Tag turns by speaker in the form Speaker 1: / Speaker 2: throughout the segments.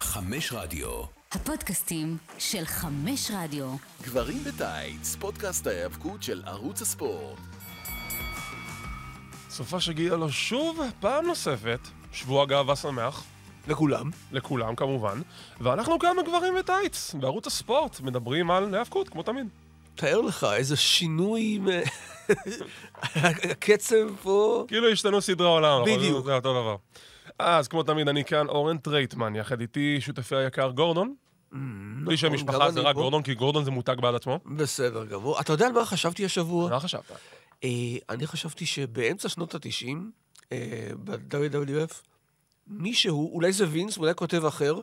Speaker 1: חמש רדיו.
Speaker 2: הפודקאסטים של חמש רדיו.
Speaker 3: גברים בטייץ, פודקאסט ההיאבקות של ערוץ הספורט.
Speaker 4: סופה שהגיעה לו שוב, פעם נוספת, שבוע גאווה שמח,
Speaker 5: לכולם.
Speaker 4: לכולם כמובן, ואנחנו כאן בגברים בטייץ, בערוץ הספורט, מדברים על היאבקות, כמו תמיד.
Speaker 5: תאר לך איזה שינוי, מ- הקצב פה...
Speaker 4: כאילו השתנו סדרי העולם, אבל
Speaker 5: בדיוק.
Speaker 4: זה- זה אותו דבר. אז כמו תמיד, אני כאן אורן טרייטמן, יחד איתי שותפי היקר גורדון. בלי שם
Speaker 5: נכון,
Speaker 4: משפחה
Speaker 5: גם
Speaker 4: זה
Speaker 5: אני
Speaker 4: רק
Speaker 5: פה.
Speaker 4: גורדון, כי גורדון זה מותג בעד עצמו.
Speaker 5: בסדר גמור. אתה יודע על מה חשבתי השבוע?
Speaker 4: מה חשבת?
Speaker 5: אה, אני חשבתי שבאמצע שנות אה, ה-90, ב-WWF, מישהו, אולי זה וינס, אולי כותב אחר,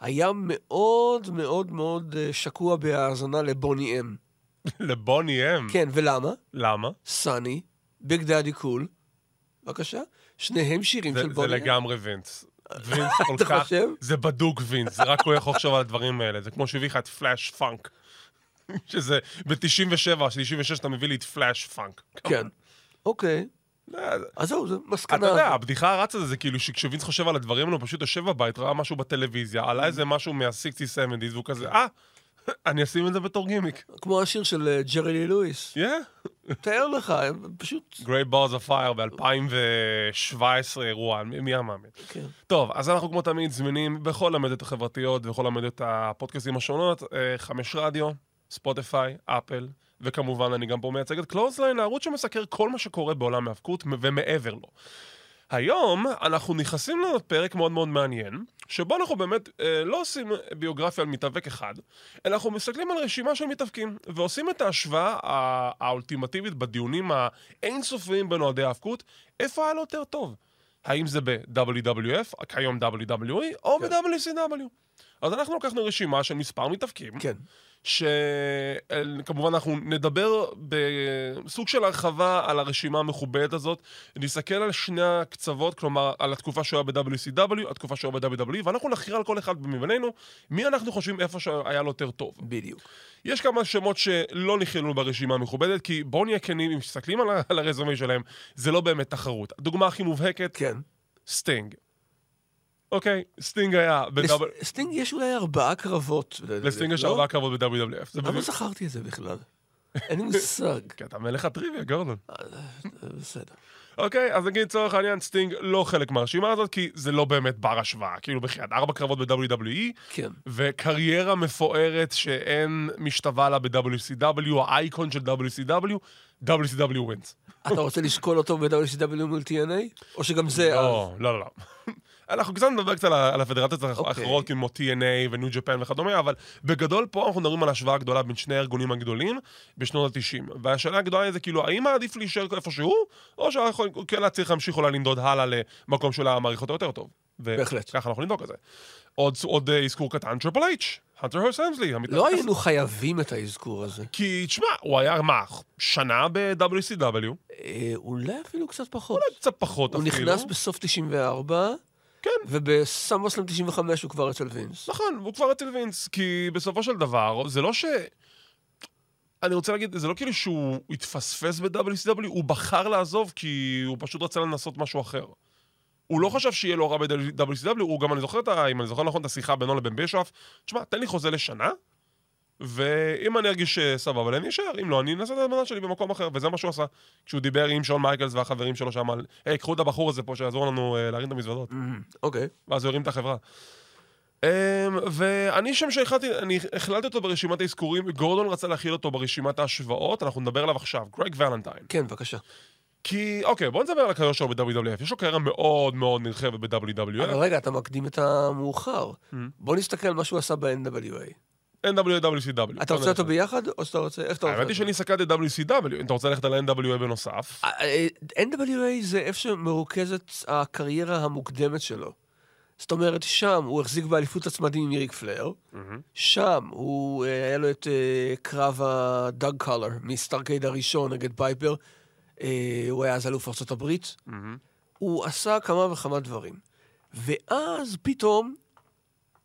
Speaker 5: היה מאוד מאוד מאוד אה, שקוע בהאזנה לבוני אם.
Speaker 4: לבוני אם.
Speaker 5: כן, ולמה?
Speaker 4: למה?
Speaker 5: סאני, ביג דאדי קול, בבקשה, שניהם שירים
Speaker 4: זה-
Speaker 5: של
Speaker 4: זה
Speaker 5: בוני אם.
Speaker 4: לגמרי וינס. וינס כל
Speaker 5: אתה
Speaker 4: כך...
Speaker 5: חושב?
Speaker 4: זה בדוק וינס, רק הוא יכול לחשוב על הדברים האלה. זה כמו שהביא לך את פלאש פאנק. שזה ב-97, 96 אתה מביא לי את פלאש פאנק.
Speaker 5: כן. אוקיי,
Speaker 4: אה, זה-
Speaker 5: אז זהו, זו מסקנה.
Speaker 4: אתה יודע, הבדיחה הרצה זה, זה כאילו שכשווינס חושב על הדברים האלו, הוא פשוט יושב בבית, ראה משהו בטלוויזיה, עלה איזה משהו מה-60-70's, והוא כזה, אה, אני אשים את זה בתור גימיק.
Speaker 5: כמו השיר של אה, ג'רי לי לואיס.
Speaker 4: כן.
Speaker 5: תאר לך, הם פשוט...
Speaker 4: Great Balls of Fire ב-2017 אירוע, מי מי היה מאמין?
Speaker 5: כן.
Speaker 4: טוב, אז אנחנו כמו תמיד זמינים בכל המדיות החברתיות ובכל המדיות הפודקאסטים השונות, אה, חמש רדיו, ספוטיפיי, אפל, וכמובן אני גם פה מייצג את קלוזליין, הערוץ שמסקר כל מה שקורה בעולם ההאבקות ומעבר לו. היום אנחנו נכנסים לפרק מאוד מאוד מעניין, שבו אנחנו באמת אה, לא עושים ביוגרפיה על מתאבק אחד, אלא אנחנו מסתכלים על רשימה של מתאבקים, ועושים את ההשוואה הא- האולטימטיבית בדיונים האינסופיים בין אוהדי ההאבקות, איפה היה לו יותר טוב? האם זה ב-WWF, כיום WWE, או
Speaker 5: כן.
Speaker 4: ב-WCW. אז אנחנו לקחנו רשימה של מספר מתאבקים,
Speaker 5: כן.
Speaker 4: שכמובן אנחנו נדבר בסוג של הרחבה על הרשימה המכובדת הזאת, נסתכל על שני הקצוות, כלומר על התקופה שהוא היה ב-WCW, התקופה שהוא היה ב-WWE, E, ואנחנו נכריע על כל אחד מבינינו, מי אנחנו חושבים איפה שהיה לו יותר טוב.
Speaker 5: בדיוק.
Speaker 4: יש כמה שמות שלא נכללו ברשימה המכובדת, כי בואו נהיה כנים, אם מסתכלים על, ה- על הרזומה שלהם, זה לא באמת תחרות. הדוגמה הכי מובהקת,
Speaker 5: כן.
Speaker 4: סטינג. אוקיי, סטינג היה ב-W-
Speaker 5: לס- סטינג יש אולי ארבעה קרבות.
Speaker 4: לסטינג יש
Speaker 5: לא?
Speaker 4: ארבעה קרבות ב-WWF. זה
Speaker 5: למה
Speaker 4: בדיוק-
Speaker 5: לא זכרתי את זה בכלל? אין לי מושג.
Speaker 4: כי אתה מלך הטריוויה, גורדון.
Speaker 5: בסדר.
Speaker 4: אוקיי, אז נגיד, לצורך העניין, סטינג לא חלק מהרשימה הזאת, כי זה לא באמת בר השוואה. כאילו, בחייאת, ארבע קרבות ב-WWE,
Speaker 5: כן.
Speaker 4: וקריירה מפוארת שאין משתווה לה ב-WCW, האייקון של WCW, WCW ווינס.
Speaker 5: אתה רוצה לשקול אותו ב-WCW מול TNA? או שגם זה... אז?
Speaker 4: לא, לא, לא. אנחנו קצת נדבר קצת על ה- על הפדרציות
Speaker 5: אוקיי.
Speaker 4: האחרות, כמו TNA וניו ג'פן וכדומה, אבל בגדול פה אנחנו מדברים על השוואה גדולה בין שני הארגונים הגדולים בשנות ה-90. והשאלה הגדולה היא זה כאילו, האם עדיף להישאר איפה שהוא, או שאנחנו כן צריך להמשיך אולי לנדוד הלאה למקום של המעריך אותו יותר טוב. ו-
Speaker 5: בהחלט.
Speaker 4: ככה אנחנו נבדוק את זה. עוד, עוד אה, אזכור קטן, טריפל H, הנטר הרס אמסלי.
Speaker 5: לא היינו חייבים את האזכור הזה.
Speaker 4: כי, תשמע, הוא היה, מה, שנה ב-WCW,
Speaker 5: אה, אולי אפילו קצת פחות.
Speaker 4: קצת פחות
Speaker 5: הוא
Speaker 4: אפילו.
Speaker 5: נכנס בסוף 94,
Speaker 4: כן.
Speaker 5: ובסמוסלם 95 הוא כבר אצל וינס.
Speaker 4: נכון, הוא כבר אצל וינס, כי בסופו של דבר, זה לא ש... אני רוצה להגיד, זה לא כאילו שהוא התפספס ב-WCW, הוא בחר לעזוב כי הוא פשוט רצה לנסות משהו אחר. הוא לא חשב שיהיה לו רע ב-WCW, הוא גם, אני זוכר, את ה, אם אני זוכר נכון, את השיחה בינו לבין בישוף, תשמע, תן לי חוזה לשנה, ואם אני ארגיש אה, סבבה, אני אשאר, אם לא, אני אנסה את הזמנה שלי במקום אחר, וזה מה שהוא עשה. כשהוא דיבר עם שון מייקלס והחברים שלו שם על, היי, קחו את הבחור הזה פה שיעזור לנו אה, להרים את המזוודות.
Speaker 5: אוקיי.
Speaker 4: ואז הוא הרים את החברה. Um, ואני שם שהחלטתי, אני הכללתי אותו ברשימת האזכורים, גורדון רצה להכיל אותו ברשימת ההשוואות, אנחנו נדבר עליו עכשיו, גרג ולנטיין.
Speaker 5: כן, בבקשה.
Speaker 4: כי, אוקיי, בואו נדבר על הקריירה שלו ב-WWF, יש לו קריירה מאוד מאוד נרחבת ב-WWF,
Speaker 5: אבל רגע, אתה מקדים את המאוחר.
Speaker 4: Mm-hmm.
Speaker 5: בוא נסתכל על מה שהוא עשה ב-NWA.
Speaker 4: אין WWCW.
Speaker 5: אתה רוצה אותו ביחד, או שאתה רוצה... איך אתה רוצה?
Speaker 4: האמת היא שאני סקרתי את WCW, אם אתה רוצה ללכת על NWA בנוסף.
Speaker 5: אה, אה, NWA זה איפה שמרוכזת הקריירה המוקדמת שלו. זאת אומרת, שם הוא החזיק באליפות הצמדים עם יריק פלר, שם הוא, אה, היה לו את אה, קרב הדאג קולר מסטארקייד הראשון נגד פייפר, אה, הוא היה אז אלוף ארה"ב, הוא עשה כמה וכמה דברים. ואז פתאום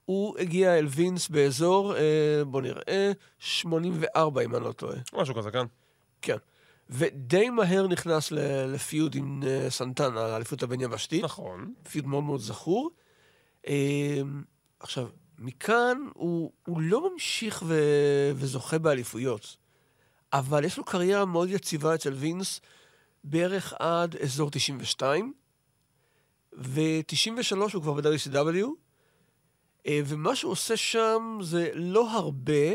Speaker 5: הוא הגיע אל וינס באזור, אה, בוא נראה, 84 אם אני לא טועה.
Speaker 4: משהו כזה, כן.
Speaker 5: כן. ודי מהר נכנס ל- לפיוד עם אה, סנטן, האליפות הבין יבשתית,
Speaker 4: נכון.
Speaker 5: פיוד מאוד מאוד זכור. אה, עכשיו, מכאן הוא, הוא לא ממשיך ו, וזוכה באליפויות, אבל יש לו קריירה מאוד יציבה אצל וינס, בערך עד אזור 92, ו-93 הוא כבר ב-WCW, אה, ומה שהוא עושה שם זה לא הרבה,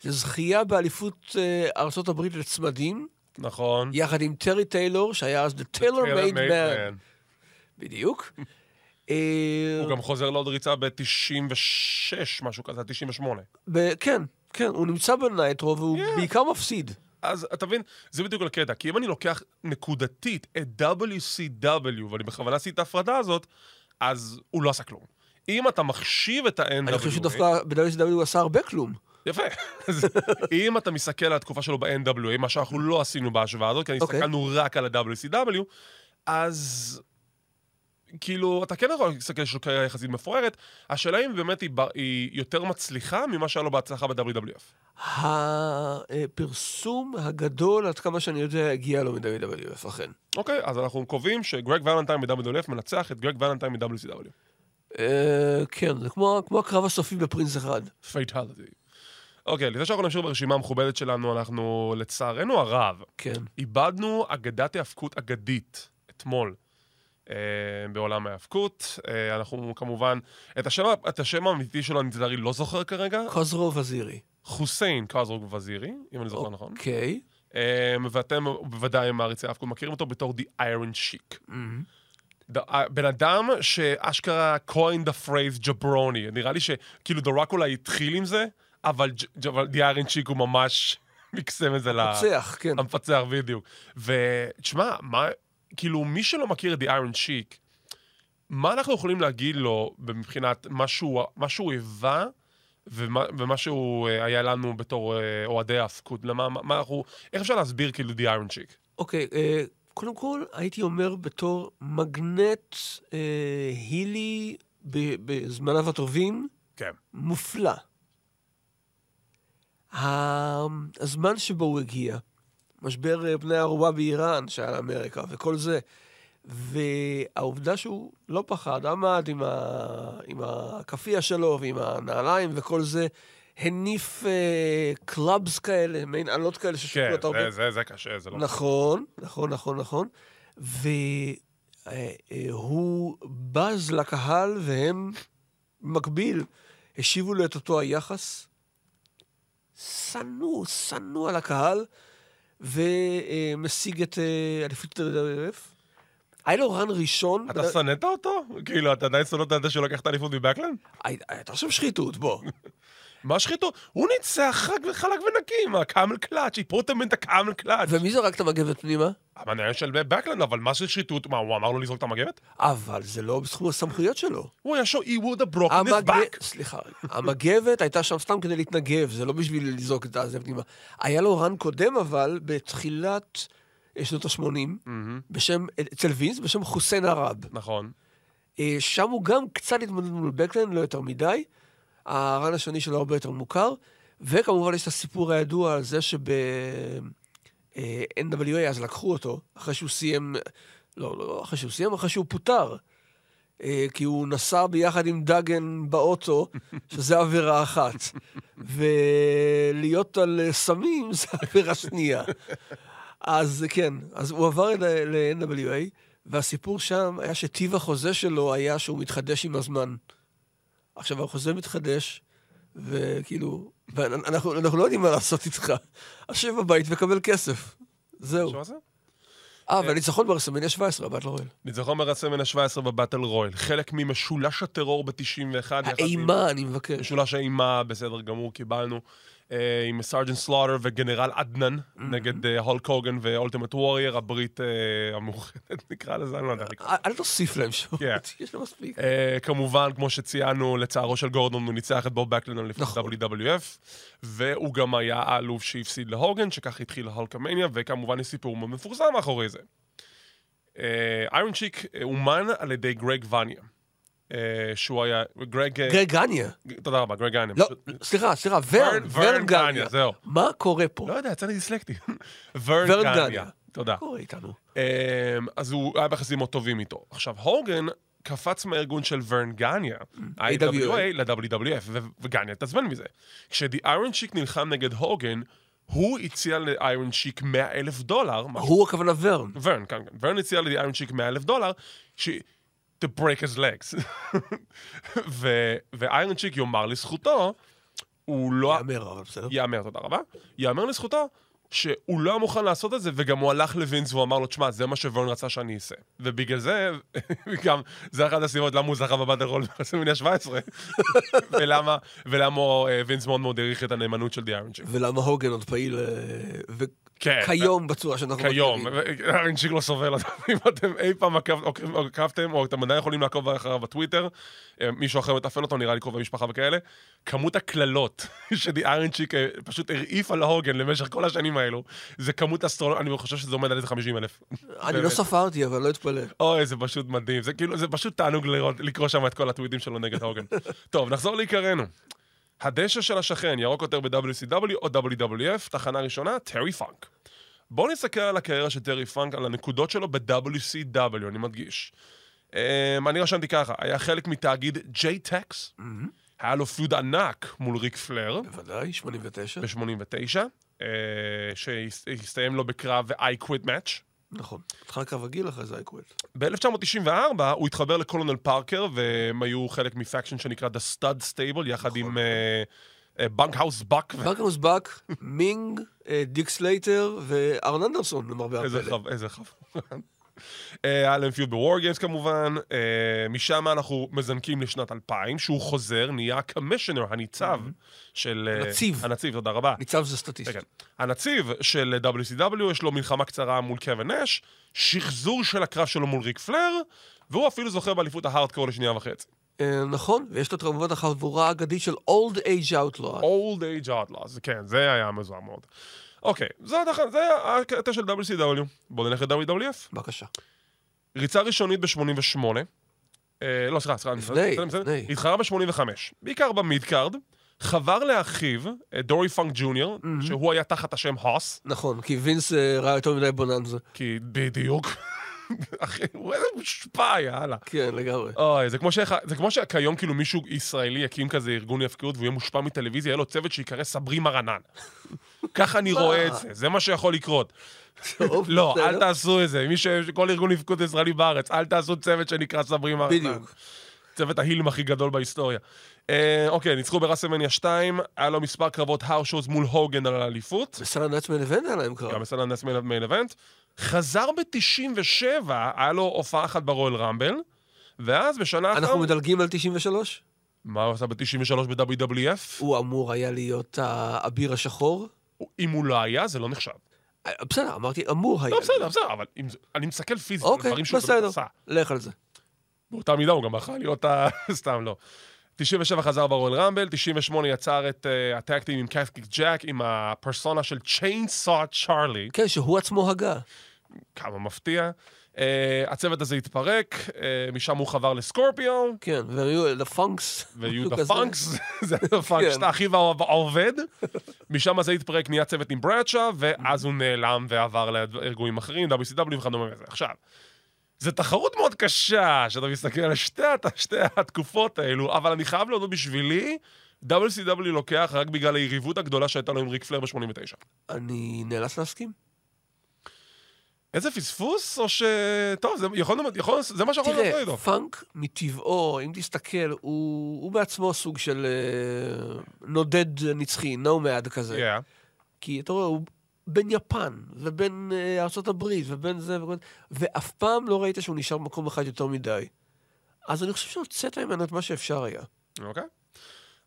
Speaker 5: זה זכייה באליפות אה, ארה"ב לצמדים,
Speaker 4: נכון.
Speaker 5: יחד עם טרי טיילור, שהיה אז The Taylor Made Man. בדיוק. אה,
Speaker 4: הוא גם חוזר לעוד ריצה ב-96, משהו כזה, 98.
Speaker 5: ב- כן, כן, הוא נמצא בנייטרו והוא
Speaker 4: Yeah.
Speaker 5: בעיקר מפסיד.
Speaker 4: אז אתה מבין, זה בדיוק הקטע, כי אם אני לוקח נקודתית את WCW, ואני בכוונה עשיתי את ההפרדה הזאת, אז הוא לא עשה כלום. אם אתה מחשיב את ה-NWA...
Speaker 5: אני חושב שדווקא ב-WCW הוא עשה הרבה כלום.
Speaker 4: יפה. אז אם אתה מסתכל על התקופה שלו ב-NWA, מה שאנחנו לא עשינו בהשוואה הזאת, כי
Speaker 5: אוקיי.
Speaker 4: הסתכלנו רק על ה-WCW, אז כאילו, אתה כן יכול להסתכל שיש לו קריירה יחסית מפוארת, השאלה אם באמת היא ב- היא יותר מצליחה ממה שהיה לו בהצלחה ב-WWF.
Speaker 5: הפרסום הגדול, עד כמה שאני יודע, הגיע לו מ-WWF, אכן.
Speaker 4: אוקיי, אז אנחנו קובעים שגרג ולנטיין מ-WWF מנצח את גרג ולנטיין מ-WCW.
Speaker 5: אה, כן, זה כמו כמו הקרב הסופי בפרינס אחד.
Speaker 4: פייטליטי. אוקיי, לפני שאנחנו נמשיך ברשימה המכובדת שלנו, אנחנו, לצערנו הרב,
Speaker 5: כן.
Speaker 4: איבדנו אגדת היאבקות אגדית אתמול אה, בעולם ההיאבקות. אה, אנחנו כמובן, את השם, ה- את השם האמיתי שלו אני לצערי לא זוכר כרגע,
Speaker 5: קוזרו וזירי.
Speaker 4: חוסיין קאזרוג וזירי, אם אני זוכר נכון.
Speaker 5: אוקיי.
Speaker 4: אה, ואתם בוודאי מעריצי ההאבקות מכירים אותו בתור The Iron Sheik.
Speaker 5: מהמם.
Speaker 4: Mm-hmm. ד- ה- בן אדם שאשכרה coined the phrase ג'ברוני. נראה לי שכאילו דורק אולי התחיל עם זה, אבל ג'- אבל דיארין צ'יק הוא ממש מקסם את זה ל...
Speaker 5: רוצח, כן.
Speaker 4: המפצח, בדיוק. ותשמע, מה, כאילו, מי שלא מכיר את The Iron Sheik, מה אנחנו יכולים להגיד לו מבחינת מה שהוא, מה שהוא היווה ומה, ומה שהוא אה, היה לנו בתור אה, אוהדי ההפקות? למה, מה, מה אנחנו, איך אפשר להסביר כאילו The Iron Sheik?
Speaker 5: אוקיי, אה, קודם כל, הייתי אומר בתור מגנט אה, הילי ב- בזמניו הטובים,
Speaker 4: כן.
Speaker 5: מופלא. ה- הזמן שבו הוא הגיע, משבר אה, בני הערובה באיראן שהיה לאמריקה וכל זה, והעובדה שהוא לא פחד, עמד עם, ה... עם הכאפיה שלו ועם הנעליים וכל זה, הניף אה, קלאבס כאלה, מעין עלות כאלה
Speaker 4: כן,
Speaker 5: ששוקלות הרבה
Speaker 4: זה, זה, זה קשה, זה לא...
Speaker 5: נכון, נכון, נכון, נכון. והוא בז לקהל, והם מקביל השיבו לו את אותו היחס. שנוא, שנוא על הקהל, ומשיג את אה, אליפות WWF. היה לו רן ראשון.
Speaker 4: אתה שנאת אותו? כאילו, אתה עדיין שונא את זה שלקח את האליפות מבקלנד?
Speaker 5: הי- הייתה שם אה, שחיתות, בוא.
Speaker 4: מה שחיתו? הוא ניצח חג וחלק ונקי עם הקאמל קלאץ', איפרו תמיד את הקאמל קלאץ'.
Speaker 5: ומי זרק את המגבת פנימה?
Speaker 4: המניה של בקלנד, אבל מה ששחיתות, מה, הוא אמר לו לזרוק את המגבת?
Speaker 5: אבל זה לא בסכום הסמכויות שלו.
Speaker 4: הוא היה שואו, he would have broken his
Speaker 5: המג-
Speaker 4: back.
Speaker 5: סליחה, המגבת הייתה שם סתם כדי להתנגב, זה לא בשביל לזרוק את הזה פנימה. היה לו רן קודם, אבל בתחילת אה, שנות ה-80,
Speaker 4: מהמם,
Speaker 5: בשם, אצל וינס, בשם חוסיין ערב.
Speaker 4: נכון.
Speaker 5: אה, שם הוא גם קצת התמודד מול בקלן, לא יותר מדי. הרן השני שלו הרבה יותר מוכר. וכמובן יש את הסיפור הידוע על זה שב... אה, NWA אז לקחו אותו, אחרי שהוא סיים, לא, לא, לא אחרי שהוא סיים, אחרי שהוא פוטר. אה, כי הוא נסע ביחד עם דאגן באוטו, שזה עבירה אחת. ולהיות על אה, סמים זה עבירה שנייה. אז כן, אז הוא עבר אה, ל- ל-NWA, והסיפור שם היה שטיב החוזה שלו היה שהוא מתחדש עם הזמן. עכשיו, החוזה מתחדש, וכאילו, ואנחנו, אנחנו לא יודעים מה לעשות איתך. אז שב בבית וקבל כסף. זהו.
Speaker 4: שמע זה?
Speaker 5: אה, והניצחון ברסמניה 17, הבת לא רואה.
Speaker 4: ניצחון מרצה מן ה-17 בבטל רויל, חלק ממשולש הטרור ב-91.
Speaker 5: האימה, אני מבקש.
Speaker 4: משולש האימה, בסדר גמור, קיבלנו. אה, עם סרג'נט סלוטר וגנרל עדנן, נגד אה, הולק הוגן ואולטימט וורייר, הברית אה, המאוחדת נקרא לזה, אני לא יודע.
Speaker 5: אל אל תוסיף להם שם,
Speaker 4: כן.
Speaker 5: יש לו מספיק.
Speaker 4: אה, כמובן, כמו שציינו, לצערו של גורדון, הוא ניצח את בוב בקלנון לפני
Speaker 5: נכון.
Speaker 4: WWF, והוא גם היה האלוף שהפסיד להוגן, שכך התחיל ההולקמניה, וכמובן יש סיפור מאוד מפורסם מאחורי זה. אה, איירון צ'יק אה, אומן על ידי גרג וניה, אה, שהוא היה... גרג... אה,
Speaker 5: גרג גניה.
Speaker 4: תודה רבה, גרג וניה.
Speaker 5: לא, סליחה, סליחה, ורן, ורן גניה.
Speaker 4: זהו.
Speaker 5: מה קורה פה?
Speaker 4: לא יודע, יצא לי דיסלקטי. ורן
Speaker 5: ורן
Speaker 4: גניה.
Speaker 5: גניה.
Speaker 4: תודה.
Speaker 5: מה קורה איתנו?
Speaker 4: אמ, אז הוא היה ביחסים מאוד טובים איתו. עכשיו, הוגן קפץ מהארגון של ורן גניה,
Speaker 5: AWA,
Speaker 4: ה-AWA ל-WWF, ו- וגניה התעצבן מזה. כשאיירון שיק נלחם נגד הוגן, הוא הציע לאיירון שיק 100 אלף דולר, מה
Speaker 5: הוא הכוונה ורן.
Speaker 4: ורן, כן, כן. ורן הציע לאיירון צ'יק 100 אלף דולר, ש... to break his legs. ו... ואיירון צ'יק יאמר לזכותו, הוא לא...
Speaker 5: יאמר, אבל בסדר.
Speaker 4: יאמר, תודה רבה. יאמר לזכותו שהוא לא היה מוכן לעשות את זה, וגם הוא הלך לווינס והוא אמר לו, תשמע, זה מה שוורן רצה שאני אעשה. ובגלל זה, גם, זה אחת הסיבות למה הוא זכה בבאטל רול ברסלמניה 17, ולמה, ולמה אה, וינס מאוד מאוד העריך את הנאמנות של די איירון צ'יק.
Speaker 5: ולמה הוגן עוד פעיל, אה,
Speaker 4: כן.
Speaker 5: וכיום בצורה שאנחנו
Speaker 4: כיום, ארנצ'יק לא סובל, אז אם אתם אי פעם עקב- עוקב- עקבתם, או אתם עדיין יכולים לעקוב אחריו בטוויטר, אה, מישהו אחר מתפעל אותו, נראה לי קרובי משפחה וכאלה, כמות הקללות שדי ארנצ'יק אה, פשוט הרעיף על ההוגן למשך כל השנים האלו, זה כמות אסטרונומית, אני חושב שזה עומד על איזה 50 אלף.
Speaker 5: אני לא ספרתי, אבל לא אתפלא.
Speaker 4: אוי, זה פשוט מדהים, זה כאילו, זה פשוט תענוג לראות, לקרוא שם את כל הטוויטים שלו נגד ההוגן. טוב, נחזור לעיקרנו. הדשא של השכן, ירוק יותר ב-WCW או WWF, תחנה ראשונה, טרי פאנק. בואו נסתכל על הקריירה של טרי פאנק, על הנקודות שלו ב-WCW, אני מדגיש. אמ, אני רשמתי ככה, היה חלק מתאגיד J-Tex, היה לו פיוד ענק מול ריק פלר
Speaker 5: בוודאי, 89.
Speaker 4: ב-89, שהסתיים לו בקרב I Quit Match.
Speaker 5: נכון. התחלה קרב רגיל אחרי זה אייקוויל.
Speaker 4: ב-1994 הוא התחבר לקולונל פארקר, והם היו חלק מפקשן שנקרא The Stud Stable, יחד עם אה, בנק האוס באק.
Speaker 5: ברקנוס באק, מינג, אה, דיק סלייטר וארן אנדרסון, למרבה
Speaker 4: איזה
Speaker 5: הפלא.
Speaker 4: חב... איזה חבורה. אה, היה להם פיוד בוור גיימס כמובן, אה, משם אנחנו מזנקים לשנת 2000, שהוא חוזר, נהיה הקמישנר, הניצב של... אה,
Speaker 5: הנציב.
Speaker 4: הנציב, תודה רבה.
Speaker 5: ניצב זה סטטיסט.
Speaker 4: כן. הנציב של WCW, יש לו מלחמה קצרה מול קווין נש, שחזור של הקרב שלו מול ריק פלר, והוא אפילו זוכה באליפות ההארדקור לשנייה וחצי.
Speaker 5: אה, נכון, ויש לו את כמובן החבורה האגדית של Old Age Outlaw.
Speaker 4: Old Age Outlaws, כן, זה היה מזוהם מאוד. אוקיי, זה הדח- זה הקטע של WCW. בואו נלך ל-WWF.
Speaker 5: בבקשה.
Speaker 4: ריצה ראשונית ב-88. אה, לא, סליחה, סליחה. אני-
Speaker 5: לפני,
Speaker 4: בסדר, בסדר.
Speaker 5: לפני.
Speaker 4: התחרה ב-85. בעיקר במידקארד. חבר לאחיו, אה, דורי פאנק ג'וניור, שהוא היה תחת השם הוס,
Speaker 5: נכון, כי וינס אה, ראה יותר מדי בוננזה.
Speaker 4: כי בדיוק. אחי, הוא איזה מושפע היה, הלאה.
Speaker 5: כן, לגמרי.
Speaker 4: אוי, זה כמו, שאיך- זה כמו שכיום כאילו מישהו ישראלי יקים כזה ארגון יפקיות והוא יהיה מושפע מטלוויזיה, יהיה לו צוות שיקרא סברי מרנן. ככה אני רואה את זה, זה מה שיכול לקרות.
Speaker 5: טוב,
Speaker 4: לא,
Speaker 5: בסדר.
Speaker 4: אל תעשו את זה. מי ש... כל ארגון יפקות ישראלי בארץ, אל תעשו צוות שנקרא סברי מרנן.
Speaker 5: בדיוק.
Speaker 4: צוות ההילם הכי גדול בהיסטוריה. אה, אוקיי, ניצחו בראסלמניה 2, היה לו מספר קרבות האושוז מול הוגן על האליפות.
Speaker 5: בסדר נצמן הבן היה להם קרב.
Speaker 4: גם בסדר נס מיין אבנט. חזר ב-97, היה לו הופעה אחת ברואל רמבל, ואז בשנה אחר...
Speaker 5: אנחנו מדלגים על 93?
Speaker 4: מה הוא עשה ב-93 ב-WWF?
Speaker 5: הוא אמור היה להיות האביר השחור?
Speaker 4: אם הוא לא היה, זה לא נחשב.
Speaker 5: אה, בסדר, אמרתי אמור היה.
Speaker 4: לא, בסדר, בסדר, אבל אם זה- אני מסתכל פיזית, על
Speaker 5: אוקיי,
Speaker 4: דברים שהוא באמת
Speaker 5: בסדר.
Speaker 4: עשה.
Speaker 5: לך על זה.
Speaker 4: באותה מידה הוא גם יכול להיות ה... סתם לא. 97 חזר ברואל רמבל, 98 יצר את אה, הטקטים עם קפקיק ג'ק, עם הפרסונה של צ'יינסו צ'ארלי,
Speaker 5: כן, שהוא עצמו הגה.
Speaker 4: כמה מפתיע. אה, הצוות הזה התפרק, אה, משם הוא חבר לסקורפיו,
Speaker 5: כן, והיו דה פונקס.
Speaker 4: ויהיו
Speaker 5: משהו
Speaker 4: דה
Speaker 5: כזה.
Speaker 4: פאנקס, זה דה פאנקס,
Speaker 5: כן.
Speaker 4: אתה אחיו האו- העובד. משם זה התפרק, נהיה צוות עם ברדשה, ואז הוא נעלם ועבר לארגונים אחרים, WCW וכדומה וזה. עכשיו, זו תחרות מאוד קשה, שאתה מסתכל על שתי, הת- שתי התקופות האלו, אבל אני חייב להודות בשבילי, WCW לוקח רק בגלל היריבות הגדולה שהייתה לו עם ריק פלר ב-89.
Speaker 5: אני נאלץ להסכים.
Speaker 4: איזה פספוס, או ש... טוב, זה, יכולנו, יכולנו, זה מה שאנחנו נעשה
Speaker 5: תראה,
Speaker 4: איתו.
Speaker 5: פאנק מטבעו, אם תסתכל, הוא הוא בעצמו סוג של אה, נודד נצחי, נומד כזה.
Speaker 4: Yeah.
Speaker 5: כי אתה רואה, הוא בין יפן, ובין אה, ארה"ב, ובין זה וכל זה, ואף פעם לא ראית שהוא נשאר במקום אחד יותר מדי. אז אני חושב שהוצאת ממנו את מה שאפשר היה.
Speaker 4: אוקיי.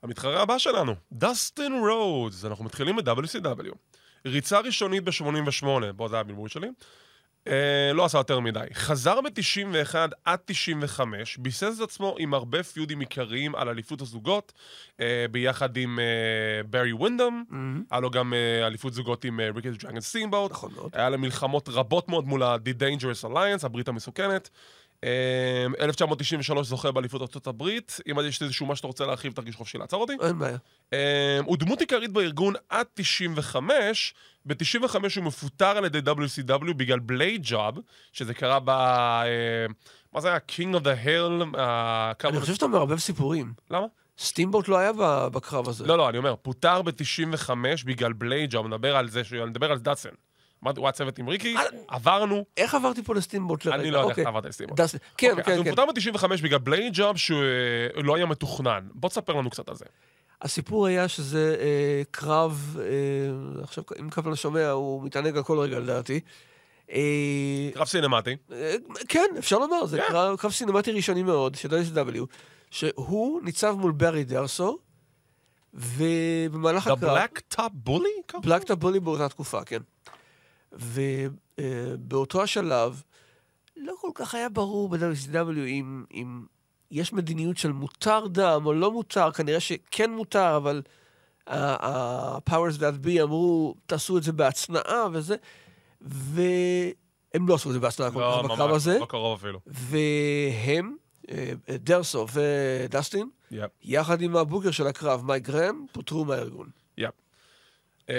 Speaker 4: המתחרה הבא שלנו, דסטין רודס. אנחנו מתחילים ב-WCW. ריצה ראשונית ב-88, בוא, זה הבלבול שלי. אה, לא עשה יותר מדי. חזר ב-91 עד 95, ביסס את עצמו עם הרבה פיודים עיקריים על אליפות הזוגות, אה, ביחד עם אה, ברי ווינדום, היה לו גם אה, אליפות זוגות עם ריקד דרגן סטימבוט,
Speaker 5: נכון מאוד.
Speaker 4: היה לה מלחמות רבות מאוד מול ה-The Dangerous Alliance, הברית המסוכנת. אה, 1993 זוכה באליפות ארצות הברית, אם יש איזשהו מה שאתה רוצה להרחיב, תרגיש חופשי לעצור אותי.
Speaker 5: אין בעיה.
Speaker 4: אה, הוא דמות עיקרית בארגון עד 95, ב-95 הוא מפוטר על ידי WCW בגלל בלייד ג'אב, שזה קרה ב... אה, מה זה היה? King of the Hill? אה, כמה-
Speaker 5: אני חושב שאתה מערבב סיפורים.
Speaker 4: למה? סטימבוט
Speaker 5: סטימבוט לא היה ב- בקרב הזה.
Speaker 4: לא, לא, אני אומר, פוטר ב-95 בגלל בלייג'ה, הוא מדבר על זה, שהוא- אני מדבר על דאצן. אמרתי, הוא היה צוות עם ריקי,
Speaker 5: אה,
Speaker 4: עברנו,
Speaker 5: איך עברתי פה לסטימבוט לרגע?
Speaker 4: אני לא יודע
Speaker 5: אוקיי.
Speaker 4: איך עברת לסטימבוט.
Speaker 5: דס- כן,
Speaker 4: אוקיי,
Speaker 5: כן,
Speaker 4: אז הוא
Speaker 5: כן.
Speaker 4: פוטר ב-95 בגלל בלייג'אב שהוא אה, לא היה מתוכנן. בוא תספר לנו קצת על זה.
Speaker 5: הסיפור היה שזה אה, קרב, אה, עכשיו אם קפלן שומע, הוא מתענג על כל רגע לדעתי. אה,
Speaker 4: קרב סינמטי,
Speaker 5: אה, כן, אפשר לומר, זה
Speaker 4: כן.
Speaker 5: קרב, קרב סינמטי ראשוני מאוד, של WCW, שהוא ניצב מול ברי דרסו, ובמהלך
Speaker 4: The
Speaker 5: הקרב...
Speaker 4: Black Top Bully?
Speaker 5: בלק טבולי באותה תקופה, כן. ובאותו השלב, לא כל כך היה ברור ב-WCW אם, אם יש מדיניות של מותר דם או לא מותר, כנראה שכן מותר, אבל אה, ה-powers that be אמרו, תעשו את זה בהצנעה וזה, והם לא עשו את זה בהצנעה כל
Speaker 4: לא,
Speaker 5: כך
Speaker 4: ממש,
Speaker 5: בקרב הזה,
Speaker 4: לא קרוב אפילו.
Speaker 5: והם, אה, דרסו ודסטין,
Speaker 4: יפ,
Speaker 5: יחד עם הבוקר של הקרב, מייק גרם, פוטרו מהארגון.
Speaker 4: יפ. אמ,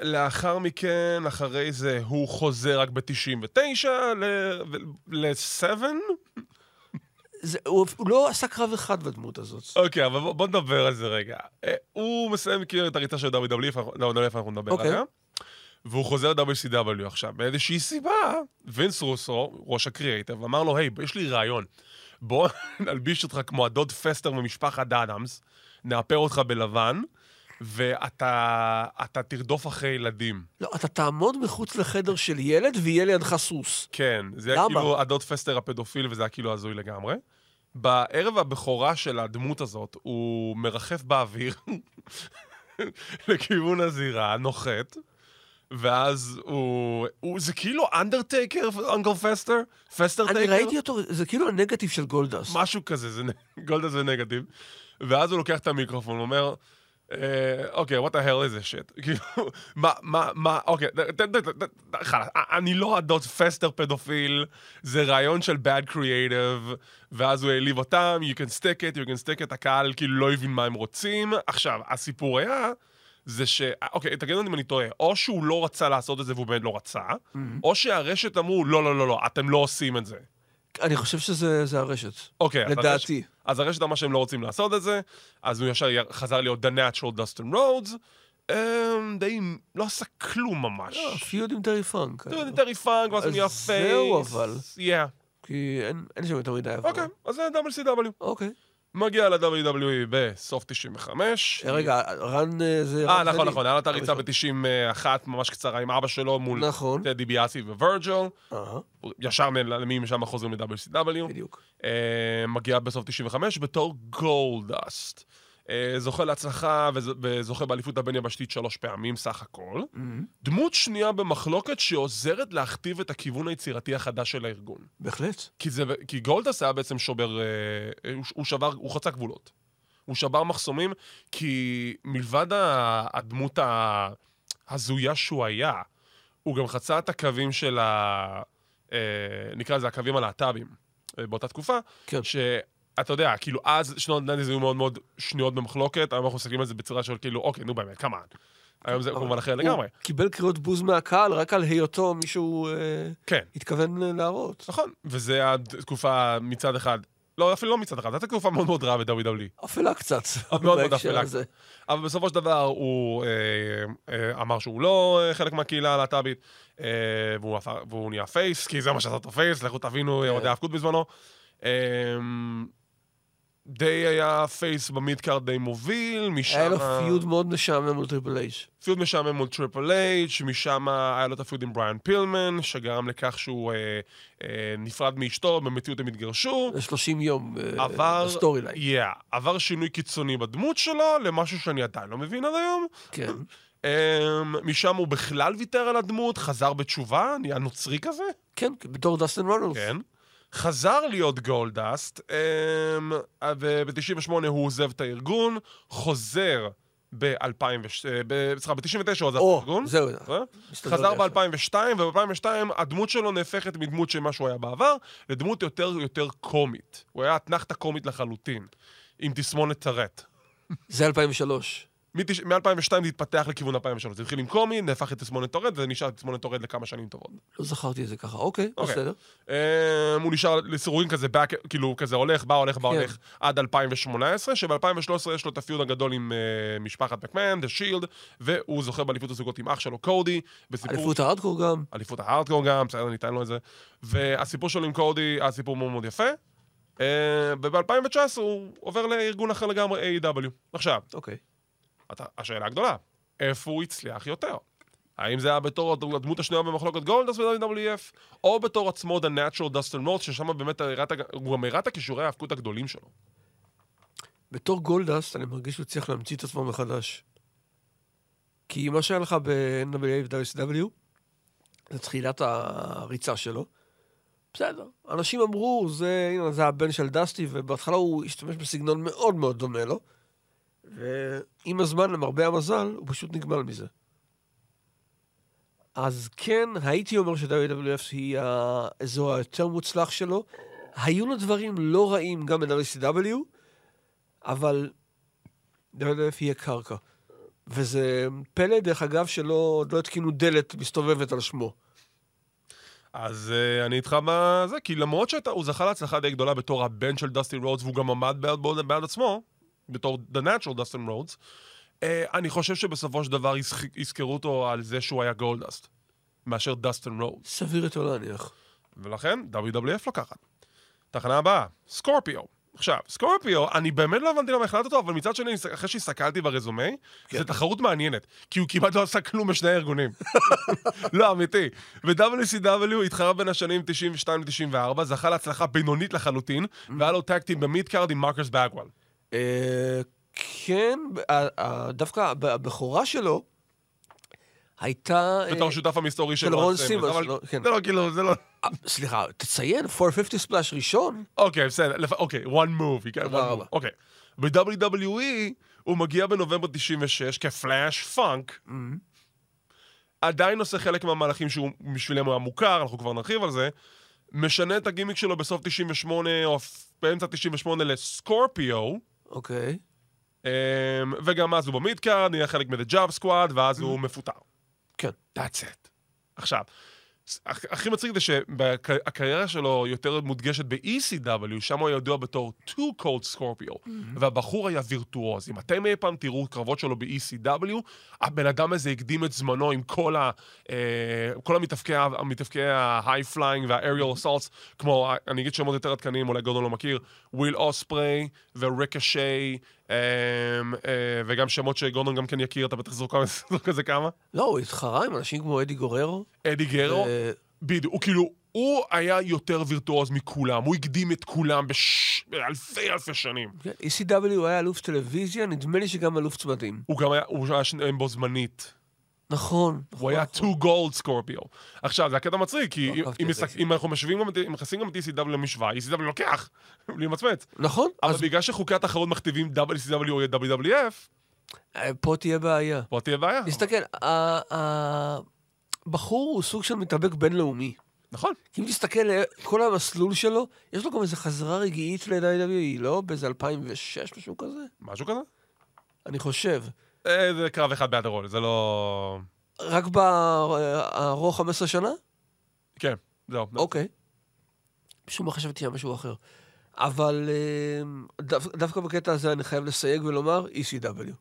Speaker 4: לאחר מכן, אחרי זה, הוא חוזר רק ב-99 ל-7?
Speaker 5: זה, הוא, הוא לא עשה קרב אחד בדמות הזאת.
Speaker 4: אוקיי, אבל בוא- בוא נדבר על זה רגע. אה, הוא מסיים כאילו את הריצה של WWF, אנחנו- לא, WWF אנחנו נדבר
Speaker 5: אוקיי.
Speaker 4: עליה. והוא חוזר ל-WCW עכשיו. מאיזושהי סיבה, וינס רוסו, ראש הקריאייטב, אמר לו, היי, יש לי רעיון. בוא נלביש אותך כמו הדוד פסטר ממשפחת אדמס, נאפר אותך בלבן, ואתה אתה תרדוף אחרי ילדים.
Speaker 5: לא, אתה תעמוד מחוץ לחדר של ילד ויהיה לידך סוס.
Speaker 4: כן, זה היה
Speaker 5: למה?
Speaker 4: כאילו הדוד פסטר הפדופיל, וזה היה כאילו הזוי לגמרי. בערב הבכורה של הדמות הזאת, הוא מרחף באוויר לכיוון הזירה, נוחת, ואז הוא... הוא זה כאילו אנדרטייקר, אנגל פסטר? פסטר
Speaker 5: אני
Speaker 4: טייקר?
Speaker 5: ראיתי אותו, זה כאילו הנגטיב של גולדס.
Speaker 4: משהו כזה, זה נ- גולדה זה נגטיב. ואז הוא לוקח את המיקרופון ואומר, אה, אוקיי, what the hell is this shit? כאילו, מה, מה, מה, אוקיי, ת- ת- ת- ת- חלאס, א- אני לא הדוד פסטר פדופיל, זה רעיון של bad creative, ואז הוא העליב אותם, you can stick it, you can stick it, הקהל כאילו לא הבין מה הם רוצים. עכשיו, הסיפור היה... זה ש... אוקיי, תגידו אם אני טועה. או שהוא לא רצה לעשות את זה והוא באמת לא רצה, או שהרשת אמרו, לא, לא, לא, לא, אתם לא עושים את זה.
Speaker 5: אני חושב שזה זה הרשת.
Speaker 4: אוקיי, אז
Speaker 5: לדעתי.
Speaker 4: הרשת- אז הרשת אמרה שהם לא רוצים לעשות את זה, אז הוא ישר יר- חזר להיות The Natural Dustin Rhodes. אמ, די, לא עשה כלום ממש.
Speaker 5: לא, פיוד עם טרי פאנק.
Speaker 4: אתה יודע, טרי פאנק, ואז הוא
Speaker 5: אז
Speaker 4: נהיה פייס.
Speaker 5: זהו, אבל.
Speaker 4: Yeah.
Speaker 5: כי אין- אין שם יותר מדי עבר.
Speaker 4: אוקיי, אז זה WCW.
Speaker 5: אוקיי.
Speaker 4: מגיע ל-WWE בסוף 95.
Speaker 5: אה, רגע, רן אה, זה...
Speaker 4: אה,
Speaker 5: רן
Speaker 4: נכון,
Speaker 5: כללי.
Speaker 4: נכון, היה לו את הריצה כן. ב-91 ממש קצרה עם אבא שלו מול
Speaker 5: נכון.
Speaker 4: טדי ביאסי ווירג'ל.
Speaker 5: אהה,
Speaker 4: ישר נעלמים משם חוזרים ל-WCW.
Speaker 5: בדיוק.
Speaker 4: אה, מגיע בסוף 95 בתור גולדאסט. אה, זוכה להצלחה וז- וזוכה באליפות הבין יבשתית שלוש פעמים סך הכל. דמות שנייה במחלוקת שעוזרת להכתיב את הכיוון היצירתי החדש של הארגון.
Speaker 5: בהחלט.
Speaker 4: כי, זה, כי גולדס היה בעצם שובר, אה, הוא, הוא שבר, הוא חצה גבולות. הוא שבר מחסומים, כי מלבד ה- הדמות ההזויה שהוא היה, הוא גם חצה את הקווים של ה... אה, נקרא לזה הקווים הלהט"בים אה, באותה תקופה,
Speaker 5: כן.
Speaker 4: שאתה יודע, כאילו אז שנות נדנז היו מאוד מאוד שנויות במחלוקת, היום אנחנו מסתכלים על זה בצורה של כאילו, אוקיי, נו באמת, כמה. היום זה
Speaker 5: אבל
Speaker 4: כמובן לא אחר
Speaker 5: הוא
Speaker 4: לגמרי.
Speaker 5: קיבל קריאות בוז מהקהל רק על היותו מישהו אה,
Speaker 4: כן.
Speaker 5: התכוון אה, להראות.
Speaker 4: נכון, וזה התקופה מצד אחד, לא, אפילו לא מצד אחד, זו הייתה תקופה מאוד מאוד רעה ב-WWE.
Speaker 5: אפלה קצת.
Speaker 4: מאוד
Speaker 5: בהקשר
Speaker 4: אפלה.
Speaker 5: הזה.
Speaker 4: אבל בסופו של דבר הוא אה, אה, אמר שהוא לא אה, חלק מהקהילה הלהט"בית, אה, והוא, הפך- והוא נהיה פייס, כי זה מה שעשה אותו פייס, לכו תבינו,
Speaker 5: כן.
Speaker 4: אה, אוהדי ההאבקות בזמנו. אה, די היה פייס במידקארד די מוביל, משם...
Speaker 5: היה לו פיוד מאוד משעמם מול טריפל אייש.
Speaker 4: פיוד משעמם מול טריפל אייץ', משם היה לו את הפיוד עם בריאן פילמן, שגרם לכך שהוא אה, אה, נפרד מאשתו, במציאות הם התגרשו.
Speaker 5: 30 יום אה,
Speaker 4: עבר,
Speaker 5: הסטורי ליין.
Speaker 4: yeah, עבר שינוי קיצוני בדמות שלו למשהו שאני עדיין לא מבין עד היום.
Speaker 5: כן.
Speaker 4: Um, משם הוא בכלל ויתר על הדמות, חזר בתשובה, נהיה נוצרי כזה,
Speaker 5: כן, בתור דסטין רונלדס.
Speaker 4: כן. חזר להיות גולדאסט, um, וב-98 הוא עוזב את הארגון, חוזר ב-2000, סליחה, ב-99 הוא עזב את
Speaker 5: או,
Speaker 4: הארגון.
Speaker 5: זהו.
Speaker 4: אה?
Speaker 5: מסתדר
Speaker 4: חזר
Speaker 5: לי עכשיו.
Speaker 4: ב-2002, וב-2002 הדמות שלו נהפכת מדמות של מה שהוא היה בעבר לדמות יותר יותר קומית. הוא היה אתנחתה קומית לחלוטין, עם תסמונת טרט.
Speaker 5: זה 2003.
Speaker 4: מתש- מ-2002 זה התפתח לכיוון 2003. זה התחיל עם קומי, נהפך לתסמונת טורד, ונשאר תסמונת טורד לכמה שנים טובות.
Speaker 5: לא זכרתי את זה ככה. אוקיי,
Speaker 4: אוקיי.
Speaker 5: בסדר.
Speaker 4: אה, הוא נשאר לסירוגין כזה, back- כאילו, כזה הולך, בא, הולך, בא,
Speaker 5: כן.
Speaker 4: הולך, עד 2018, שב-2013 יש לו את הפיוד הגדול עם אה, משפחת מקמן, The Shield, והוא זוכר באליפות הזוגות עם אח שלו, קודי, בסיפור...
Speaker 5: אליפות הארדקור גם.
Speaker 4: אליפות ההארדקור גם, בסדר, ניתן לו את זה. והסיפור שלו עם קודי, היה סיפור מאוד מאוד יפה. אה, וב-2019 הוא עובר לארגון אחר לגמרי, A.W. עכשיו,
Speaker 5: אוקיי.
Speaker 4: אתה, השאלה הגדולה, איפה הוא הצליח יותר? האם זה היה בתור הדמות השנייה במחלוקת גולדס ב-WWF, או בתור עצמו The Natural Dustin Rhodes, ששם באמת הראה את הג- הוא גם הראה את הכישורי ההאבקות הגדולים שלו.
Speaker 5: בתור גולדסט, אני מרגיש שהוא צריך להמציא את עצמו מחדש. כי מה שהיה לך ב-NWA ו-WSW, E, זה תחילת הריצה שלו. בסדר. אנשים אמרו, זה, הנה, זה הבן של דסטי, ובהתחלה הוא השתמש בסגנון מאוד מאוד דומה לו, ועם הזמן, למרבה המזל, הוא פשוט נגמל מזה. אז כן, הייתי אומר ש-WWF היא האזור היותר מוצלח שלו. היו לו דברים לא רעים גם ב-WCW, אבל לא WWF היא הקרקע. וזה פלא, דרך אגב, שלא עוד לא התקינו דלת מסתובבת על שמו.
Speaker 4: אז uh, אני איתך בזה, כי למרות שהוא זכה להצלחה די גדולה בתור הבן של דסטין רודס, והוא גם עמד בעד, בעד, בעד עצמו, בתור The Natural דסטין רודס, uh, אני חושב שבסופו של דבר יזכ- יזכרו אותו על זה שהוא היה גולדסט, מאשר דסטין רודס.
Speaker 5: סביר יותר להניח.
Speaker 4: ולכן WWF לוקחת. תחנה הבאה, סקורפיו. עכשיו, סקורפיו, אני באמת לא הבנתי למה החלטת אותו, אבל מצד שני, אחרי שהסתכלתי ברזומה,
Speaker 5: כן.
Speaker 4: זו תחרות מעניינת, כי הוא כמעט לא עשה כלום בשני הארגונים. לא, אמיתי. ו-WCW התחרה בין השנים 92 ל-94, זכה להצלחה בינונית לחלוטין,
Speaker 5: Mm-hmm.
Speaker 4: והיה לו טקטים במיד קארד עם מרקוס באגוול.
Speaker 5: אה, כן, ה- ה- דווקא הב- הבכורה שלו הייתה... אה,
Speaker 4: בתור שותף המסתורי של
Speaker 5: של רון
Speaker 4: סימונס,
Speaker 5: סימונס,
Speaker 4: אבל
Speaker 5: לא, כן.
Speaker 4: זה לא, כאילו, זה לא...
Speaker 5: אה, סליחה, תציין, 450 ספלאש ראשון?
Speaker 4: אוקיי, בסדר, לפ- אוקיי, one move, you got one
Speaker 5: תודה רבה.
Speaker 4: move, אוקיי. ב-WWE הוא מגיע בנובמבר 96 כפלאש פאנק,
Speaker 5: Mm-hmm.
Speaker 4: עדיין עושה חלק מהמהלכים שהוא בשבילם הוא היה מוכר, אנחנו כבר נרחיב על זה, משנה את הגימיק שלו בסוף 98 או באמצע 98 לסקורפיו,
Speaker 5: אוקיי.
Speaker 4: אמ, וגם אז הוא במידקארד, נהיה חלק מ-The Job Squad, ואז
Speaker 5: Mm-hmm.
Speaker 4: הוא מפוטר.
Speaker 5: כן.
Speaker 4: That's it. עכשיו, ס- הכ- הכי מצחיק זה שהקריירה שלו יותר מודגשת ב-ECW, שם הוא ידוע בתור Too Cold Scorpio, והבחור היה וירטואוז. אם אתם אי פעם תראו קרבות שלו ב-ECW, הבן אדם הזה הקדים את זמנו עם כל, ה, אה, כל המתאבקי, ה- המתאבקי ה-High Flying וה-Aerial Assaults, כמו, אה, אני אגיד שמות יותר עדכניים, אולי גורדון לא מכיר, וויל אוספרי וריקשי, אה, אה, וגם שמות שגורדון גם כן יכיר, אתה בטח זוכר כזה כמה.
Speaker 5: לא, הוא התחרה עם אנשים כמו אדי גוררו.
Speaker 4: אדי גרו,
Speaker 5: אה,
Speaker 4: בדיוק, הוא כאילו, הוא היה יותר וירטואוז מכולם, הוא הקדים את כולם בש- באלפי אלפי שנים.
Speaker 5: כן, ECW היה אלוף טלוויזיה, נדמה לי שגם אלוף צמדים.
Speaker 4: הוא גם היה, הוא היה שניהם בו זמנית.
Speaker 5: נכון.
Speaker 4: הוא היה
Speaker 5: נכון.
Speaker 4: two gold scorpio. עכשיו, זה הקטע מצחיק, כי
Speaker 5: לא
Speaker 4: אם-
Speaker 5: עקבתי
Speaker 4: אם
Speaker 5: על זה.
Speaker 4: מסק- אם אנחנו משווים, גם את- אם מכניסים גם את ECW למשוואה, ECW לוקח, בלי למצמץ.
Speaker 5: נכון,
Speaker 4: אבל
Speaker 5: אז
Speaker 4: בגלל שחוקי התחרות מכתיבים WCW או WWF,
Speaker 5: אה, פה תהיה בעיה.
Speaker 4: פה תהיה בעיה.
Speaker 5: תסתכל, ה- ה- הבחור הוא סוג של מתאבק בינלאומי.
Speaker 4: נכון.
Speaker 5: כי אם תסתכל על כל המסלול שלו, יש לו גם איזו חזרה רגעית ל-WWE, לא? באיזה 2006, משהו כזה?
Speaker 4: משהו כזה?
Speaker 5: אני חושב.
Speaker 4: אה, זה קרב אחד בעד הרול, זה לא...
Speaker 5: רק בארוך 15 שנה?
Speaker 4: כן, זהו.
Speaker 5: אוקיי. משום מה חשבתי על משהו אחר. אבל אה, דו- דווקא בקטע הזה אני חייב לסייג ולומר E ECW.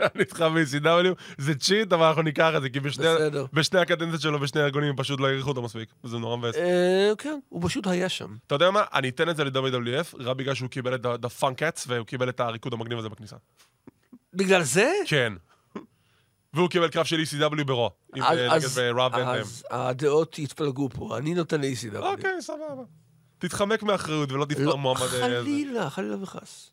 Speaker 4: אני איתך ב-ECW, זה צ'יט, אבל אנחנו ניקח את זה, כי בשני,
Speaker 5: בסדר.
Speaker 4: בשני הקדנציות שלו, בשני הארגונים, הם פשוט לא העריכו אותו מספיק. זה נורא מבאס.
Speaker 5: אה, כן, הוא פשוט היה שם.
Speaker 4: אתה יודע מה? אני אתן את זה ל-WWF, רק בגלל שהוא קיבל את ה-The Funk Cats, והוא קיבל את הריקוד המגניב הזה בכניסה.
Speaker 5: בגלל זה?
Speaker 4: כן. והוא קיבל קרב של ECW ברו, עם
Speaker 5: אז-
Speaker 4: אה, נגד
Speaker 5: אז-
Speaker 4: אה, רב ונדם.
Speaker 5: אז הדעות יתפלגו פה, אני נותן ל-ECW.
Speaker 4: אוקיי, סבבה. תתחמק מאחריות ולא תבחר
Speaker 5: לא,
Speaker 4: מועמד... אה, זה.
Speaker 5: חלילה, חלילה וחס.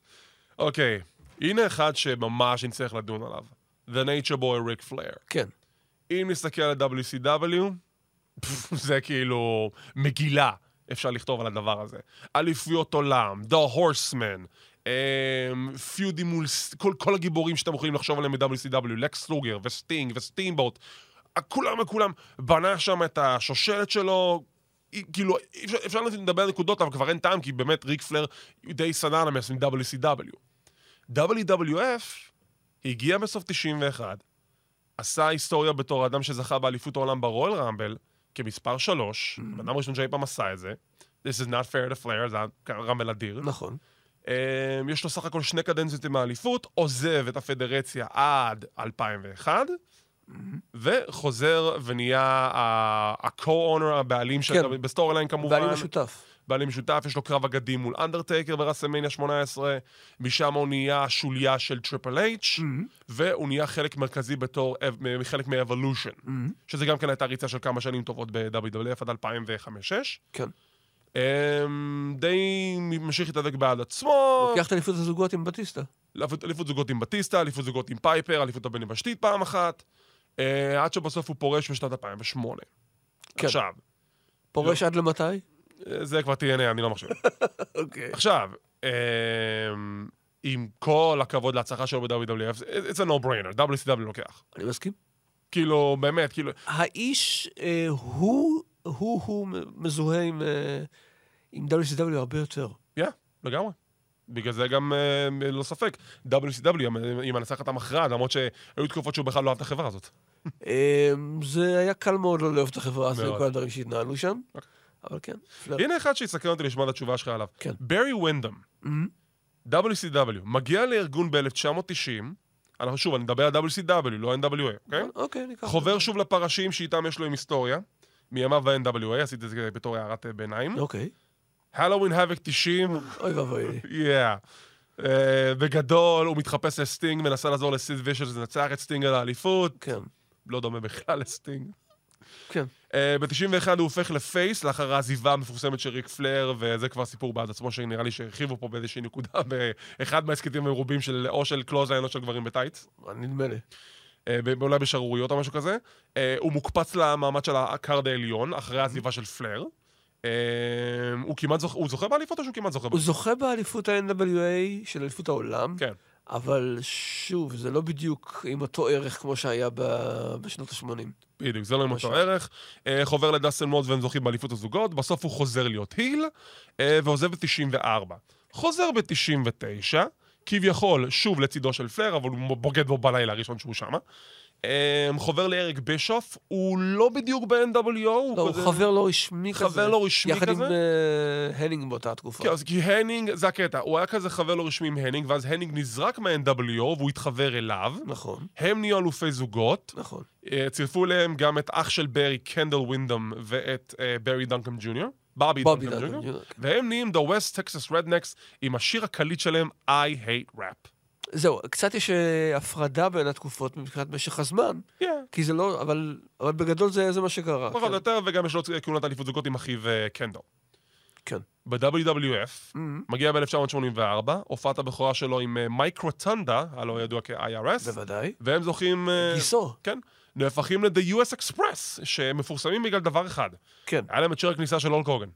Speaker 4: אוקיי, הנה אחד שממש נצטרך לדון עליו. The Nature Boy ריק פלר.
Speaker 5: כן.
Speaker 4: אם נסתכל על WCW, פפ, זה כאילו מגילה, אפשר לכתוב על הדבר הזה. אליפויות עולם, The Horseman, אמ, פיודים מול ס- כל, כל הגיבורים שאתם יכולים לחשוב עליהם ב-WCW, לקס לוגר וסטינג וסטימבוט, כולם וכולם, בנה שם את השושלת שלו. אי- כאילו, אי אפשר, אפשר לדבר על נקודות, אבל כבר אין טעם, כי באמת ריק פלר די סננמס עם WCW. WWF הגיע בסוף 91, עשה היסטוריה בתור האדם שזכה באליפות העולם ברול רמבל, כמספר שלוש, הבן אדם הראשון שאי פעם עשה את זה. This is not fair to flair, זה היה רמבל אדיר.
Speaker 5: נכון.
Speaker 4: אמ, יש לו סך הכל שני קדנציות עם האליפות, עוזב את הפדרציה עד 2001, וחוזר ונהיה ה- ה-co-owner, הבעלים שאתה,
Speaker 5: כן.
Speaker 4: בסטורי ליין כמובן.
Speaker 5: בעלים משותף.
Speaker 4: בעלים משותף, יש לו קרב אגדי מול אנדרטייקר בראסלמניה 18, משם הוא נהיה השוליה של טריפל אייץ', והוא נהיה חלק מרכזי בתור, אה, חלק מאבולושן, שזה גם כן הייתה ריצה של כמה שנים טובות ב-WWF עד 2005-2006.
Speaker 5: כן.
Speaker 4: אמ, די ממשיך להתאבק בעד עצמו,
Speaker 5: לוקח את אליפות הזוגות עם בטיסטה.
Speaker 4: אליפות- אליפות זוגות עם בטיסטה, אליפות זוגות עם פייפר, אליפות הבן לבשתית פעם אחת, אה, עד שבסוף הוא פורש בשנת 2008.
Speaker 5: כן.
Speaker 4: עכשיו, לא.
Speaker 5: פורש עד למתי?
Speaker 4: אה, זה כבר TNA, אני לא מחשב.
Speaker 5: אוקיי.
Speaker 4: עכשיו, אמ, עם כל הכבוד להצלחה שלו ב-WWF, it's a no-brainer, WCW לוקח.
Speaker 5: אני מסכים.
Speaker 4: כאילו, באמת, כאילו,
Speaker 5: האיש, אה, הוא, הוא, הוא מ- מזוהה עם, אה, עם WCW הרבה יותר.
Speaker 4: יא, לגמרי. בגלל זה גם, אה, לא ספק, WCW עם- עם הנצחת המכרעת, למרות שהיו תקופות שהוא בכלל לא אהב את החברה הזאת.
Speaker 5: אה, זה היה קל מאוד לא לאהוב את החברה הזו, עם
Speaker 4: מאוד.
Speaker 5: כל הדברים שהתנהלו שם,
Speaker 4: אוקיי.
Speaker 5: אבל כן, פלר.
Speaker 4: הנה אחד שיסקרן אותי לשמוע את התשובה שלך עליו.
Speaker 5: כן. Mm-hmm.
Speaker 4: ברי ונדום, WCW, מגיע לארגון ב-1990, אנחנו שוב, אני מדבר על WCW, לא NWA, אוקיי?
Speaker 5: אוקיי, ניקח.
Speaker 4: חובר שוב לפרשים שאיתם יש לו עם היסטוריה, מימיו ב-NWA, עשיתי את זה בתור הערת אה, ביניים.
Speaker 5: אוקיי.
Speaker 4: הלואוין האבק 90,
Speaker 5: אוי ואבוי לי.
Speaker 4: יאה. Uh, בגדול, הוא מתחפש לסטינג, מנסה לעזור לסיד וישל לנצח את סטינג על האליפות,
Speaker 5: כן,
Speaker 4: לא דומה בכלל לסטינג.
Speaker 5: כן.
Speaker 4: Uh, ב-91 הוא הופך לפייס, לאחר העזיבה המפורסמת של ריק פלר, וזה כבר סיפור בעד עצמו, שנראה לי שהרחיבו פה באיזושהי נקודה באחד מההסכתים המרובים של או של קלוזליין או של גברים בטייץ,
Speaker 5: נדמה לי.
Speaker 4: uh, אולי בשערוריות או משהו כזה. Uh, הוא מוקפץ למעמד של הקארד העליון, אחרי העזיבה של פלר. Uh, הוא כמעט זוכ... הוא זוכה באליפות או שהוא כמעט זוכה
Speaker 5: הוא
Speaker 4: באליפות?
Speaker 5: זוכה באליפות ה-NWA של אליפות העולם,
Speaker 4: כן.
Speaker 5: אבל שוב, זה לא בדיוק עם אותו ערך כמו שהיה ב- בשנות ה-80.
Speaker 4: בדיוק, זה לא עם אותו
Speaker 5: למשל.
Speaker 4: ערך. אה, חובר לדאסטל מודס והם זוכים באליפות הזוגות, בסוף הוא חוזר להיות היל, אה, ועוזב ב-94. חוזר ב-99, כביכול שוב לצידו של פלר, אבל הוא בוגד בו בלילה הראשון שהוא שמה. אה, חובר לאריק בישוף, הוא לא בדיוק ב-NWO,
Speaker 5: לא, הוא
Speaker 4: כזה-
Speaker 5: חבר לא רשמי כזה.
Speaker 4: חבר לא רשמי
Speaker 5: יחד עם
Speaker 4: כזה?
Speaker 5: אה, הנינג באותה התקופה.
Speaker 4: כן, אז כי הנינג, זה הקטע, הוא היה כזה חבר לא רשמי עם הנינג, ואז הנינג נזרק מה-NWO והוא התחבר אליו.
Speaker 5: נכון,
Speaker 4: הם נהיו אלופי זוגות,
Speaker 5: נכון.
Speaker 4: אה, צירפו אליהם גם את אח של ברי, קנדל ווינדום, ואת אה, ברי דנקם ג'וניור, בובי
Speaker 5: בובי
Speaker 4: דנקם
Speaker 5: דנקם
Speaker 4: ג'וניור,
Speaker 5: ג'וניור, כן.
Speaker 4: והם נהיים The West Texas Rednecks עם השיר הקליט שלהם, I hate rap.
Speaker 5: זהו, קצת יש אה, הפרדה בין התקופות מבחינת משך הזמן,
Speaker 4: כן,
Speaker 5: כי זה לא, אבל, אבל בגדול זה, זה מה שקרה.
Speaker 4: פחות או
Speaker 5: כן.
Speaker 4: יותר, וגם יש לו כהונת אליפות זוגות עם אחיו אה, קנדל.
Speaker 5: כן.
Speaker 4: ב-WWF, מגיע ב-1984, הופעת הבכורה שלו עם אה, מייק רוטנדה, הלא ידוע כ-IRS,
Speaker 5: בוודאי.
Speaker 4: והם זוכים... אה,
Speaker 5: גיסו.
Speaker 4: כן. נהפכים ל-The US Express, שמפורסמים בגלל דבר אחד.
Speaker 5: כן.
Speaker 4: היה להם את שיר הכניסה של הולק הוגן.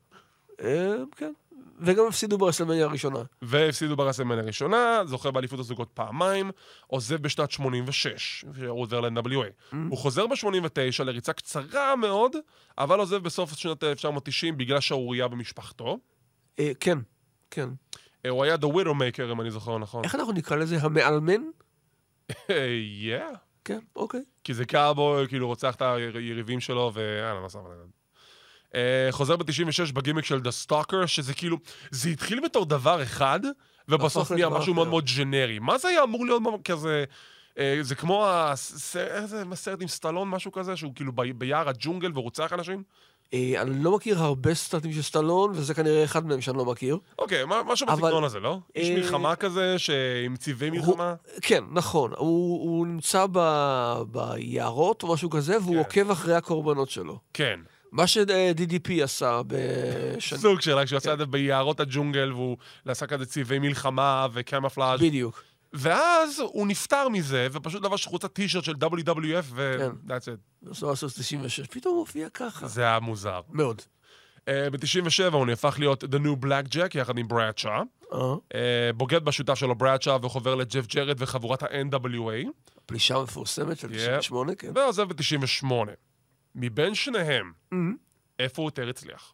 Speaker 5: אה, כן. וגם הפסידו ברסלמניה הראשונה.
Speaker 4: והפסידו ברסלמן הראשונה, זוכה באליפות הזוגות פעמיים, עוזב בשנת 86, הוא עובר ל-NWA. הוא חוזר ב-89 לריצה קצרה מאוד, אבל עוזב בסוף שנת 1990 בגלל שערורייה במשפחתו.
Speaker 5: אה, כן, כן.
Speaker 4: אה, הוא היה The Widowmaker, אם אני זוכר נכון.
Speaker 5: איך אנחנו נקרא לזה? המאלמן?
Speaker 4: אה, yeah.
Speaker 5: כן, אוקיי.
Speaker 4: כי זה קארבוי, כאילו רוצח את היריבים שלו, ויאללה, לא שם עליהם. אה, חוזר ב-96 בגימיק של The Stalker, שזה כאילו, זה התחיל בתור דבר אחד, ובסוף
Speaker 5: הפך
Speaker 4: נהיה
Speaker 5: לדבר
Speaker 4: משהו מאוד
Speaker 5: אחר.
Speaker 4: מאוד ג'נרי. מה זה היה אמור להיות מאוד כזה... אה, זה כמו הס- איזה סרט עם סטלון, משהו כזה, שהוא כאילו ב- ביער הג'ונגל ורוצח אנשים?
Speaker 5: אה, אני לא מכיר הרבה סרטים של סטלון, וזה כנראה אחד מהם שאני לא מכיר.
Speaker 4: אוקיי, מה- משהו
Speaker 5: אבל-
Speaker 4: בסגנון הזה, לא? איש
Speaker 5: אה,
Speaker 4: מלחמה כזה, שעם צבעי מלחמה?
Speaker 5: כן, נכון. הוא, הוא נמצא ב, ביערות או משהו כזה, והוא
Speaker 4: כן.
Speaker 5: עוקב אחרי הקורבנות שלו.
Speaker 4: כן.
Speaker 5: מה ש-DDP עשה בשנה...
Speaker 4: סוג שלה,
Speaker 5: כן.
Speaker 4: כשהוא עשה את זה ביערות הג'ונגל, והוא עשה כזה צבעי מלחמה וקמפלאז'
Speaker 5: בדיוק.
Speaker 4: ואז הוא נפטר מזה, ופשוט לבש חולצת טישרט של WWF, ו...
Speaker 5: כן. אה.
Speaker 4: That's it.
Speaker 5: סוהסוס 96, פתאום הוא הופיע ככה.
Speaker 4: זה היה מוזר.
Speaker 5: מאוד.
Speaker 4: Uh, ב-97 הוא נהפך להיות The New Black Jack יחד עם ברדשא.
Speaker 5: אה,
Speaker 4: Uh, בוגד בשותף שלו ברדשא וחובר לג'ף ג'רד וחבורת ה-NWA,
Speaker 5: פלישה מפורסמת של
Speaker 4: Yeah.
Speaker 5: 98, כן.
Speaker 4: ועוזב ב-98. מבין שניהם,
Speaker 5: Mm-hmm.
Speaker 4: איפה הוא יותר הצליח?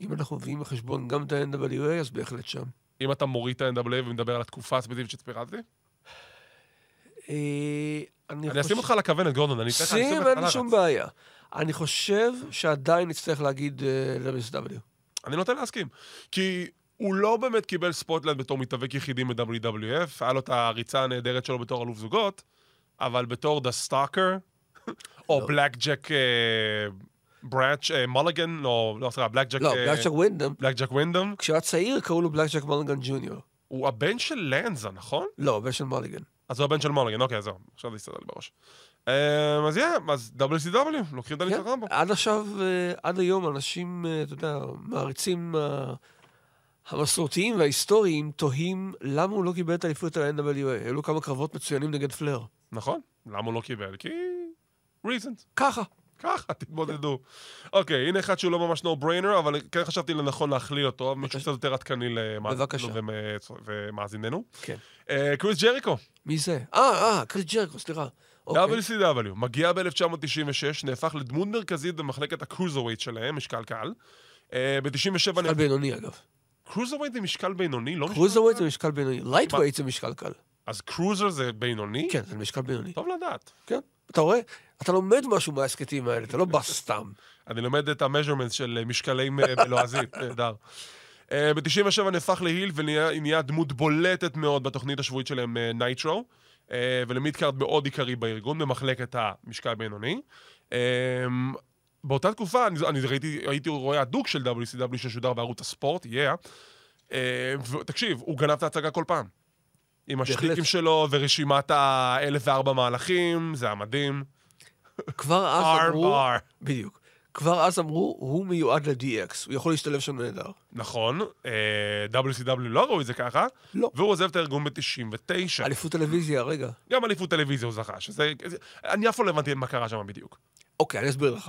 Speaker 5: אם אנחנו מביאים בחשבון גם את ה-NWA, אז בהחלט שם.
Speaker 4: אם אתה מוריד את ה-NWA ומדבר על התקופה הספציפית שפירטתי?
Speaker 5: אה, אני
Speaker 4: אני אשים אותך על הכוונת, גורדון, אני אתן לך...
Speaker 5: שים, אין לי שום בעיה. אני חושב שעדיין נצטרך להגיד אה, רמז W.
Speaker 4: אני נוטה להסכים. כי הוא לא באמת קיבל ספוטלנד בתור מתאבק יחידי מ-WWF, היה לו את הריצה הנהדרת שלו בתור אלוף זוגות, אבל בתור דה סטאקר,
Speaker 5: לא.
Speaker 4: או אה, בלאק ג'ק בראץ' מוליגן, אה, או לא, סליחה, בלאק ג'ק...
Speaker 5: לא, בלאק ג'ק ווינדום,
Speaker 4: בלק ג'ק ווינדום,
Speaker 5: כשהוא היה צעיר קראו לו בלאק ג'ק מוליגן ג'וניור.
Speaker 4: הוא הבן של לנזה, נכון?
Speaker 5: לא, בשל מוליגן.
Speaker 4: אז הוא הבן של מוליגן, אוקיי, אז זהו, עכשיו זה הסתדר לי בראש. אמ, אז יהיה, אז WCW, לוקחים את
Speaker 5: כן,
Speaker 4: הניצחון פה.
Speaker 5: עד עכשיו, אה, עד היום, אנשים, אה, אתה יודע, מעריצים אה, המסורתיים וההיסטוריים תוהים למה הוא לא קיבל את האליפות על ה-NWA. היו לו כמה קרבות מצוינים נגד פלר.
Speaker 4: נכון, למה הוא לא קיבל? כי... reasons.
Speaker 5: ככה.
Speaker 4: ככה, תתמודדו. אוקיי, הנה אחד שהוא לא ממש no brainer, אבל כן חשבתי לנכון להכליל אותו, מישהו קצת יותר עדכני
Speaker 5: בבקשה.
Speaker 4: למאזיננו ומ- ומאזיננו.
Speaker 5: כן.
Speaker 4: אה, קריס ג'ריקו,
Speaker 5: מי זה? אה, אה, קריס ג'רקו, סליחה. אוקיי.
Speaker 4: WCW, מגיע ב-1996, נהפך לדמות מרכזית במחלקת הקרוזרווייט שלהם, משקל קל. אה, ב-97
Speaker 5: משקל בינוני, אגב.
Speaker 4: קרוזרווייט זה משקל בינוני, לא משקל...
Speaker 5: קרוזרווייט זה משקל בינוני. לייטווייט זה משקל קל.
Speaker 4: אז קרוזר זה בינוני?
Speaker 5: כן, זה משקל בינוני.
Speaker 4: טוב לדעת.
Speaker 5: כן. אתה רואה? אתה לומד משהו מההסכתים האלה, אתה לא בא סתם.
Speaker 4: אני לומד את המז'רמנט של אה, משקלים אה, בלועזית, נהדר. אה, ב-97 נהפך להיל ונהיה נהיה דמות בולטת מאוד בתוכנית השבועית שלהם, אה, נייטרו, אה, ולמידקארד מאוד עיקרי בארגון, במחלקת המשקל הבינוני. אה, באותה תקופה, אני, אני ראיתי, הייתי רואה הדוק של WCW ששודר בערוץ הספורט, יאה. Yeah. אה, תקשיב, הוא גנב את ההצגה כל פעם. עם השטיקים שלו ורשימת ה-1004 מהלכים, זה היה מדהים.
Speaker 5: כבר אז
Speaker 4: ארם
Speaker 5: אמרו...
Speaker 4: בר.
Speaker 5: בדיוק. כבר אז אמרו, הוא מיועד ל-DX, הוא יכול להשתלב שם נהדר.
Speaker 4: נכון, אה, WCW לא ראו את זה ככה,
Speaker 5: לא.
Speaker 4: והוא עוזב את הארגון ב-99.
Speaker 5: אליפות טלוויזיה, רגע.
Speaker 4: גם אליפות טלוויזיה הוא זכה, שזה... זה- אני אף פעם לא הבנתי מה קרה שם בדיוק.
Speaker 5: אוקיי, אני אסביר לך.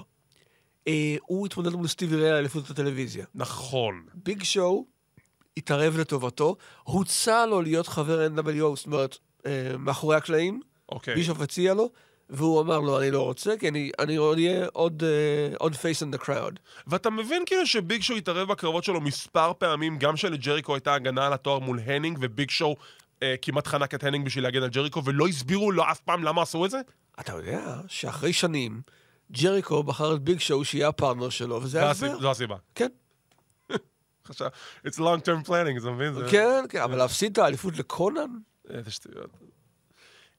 Speaker 5: אה, הוא התמודד מול סטיבי ריי על אליפות הטלוויזיה.
Speaker 4: נכון.
Speaker 5: ביג שואו התערב לטובתו, הוצע לו להיות חבר NWO, זאת אומרת, אה, מאחורי הקלעים,
Speaker 4: אוקיי.
Speaker 5: בישוף הציע לו, והוא אמר לו, אני לא רוצה, כי אני, אני עוד אהיה עוד, אה, עוד face in the crowd.
Speaker 4: ואתה מבין כאילו שביג שואו התערב בקרבות שלו מספר פעמים, גם שלג'ריקו הייתה הגנה על התואר מול הנינג, וביג שואו אה, כמעט חנק את הנינג בשביל להגן על ג'ריקו, ולא הסבירו לו אף פעם למה עשו את זה?
Speaker 5: אתה יודע שאחרי שנים, ג'ריקו בחר את ביג שואו שיהיה הפרטנר שלו, וזה היה
Speaker 4: הסיב-
Speaker 5: הסבר.
Speaker 4: זו הסיבה.
Speaker 5: כן,
Speaker 4: חשב- It's long term planning, אתה מבין? זה-
Speaker 5: כן, כן,
Speaker 4: אה.
Speaker 5: אבל להפסיד את האליפות לקונן?
Speaker 4: איזה שטויות.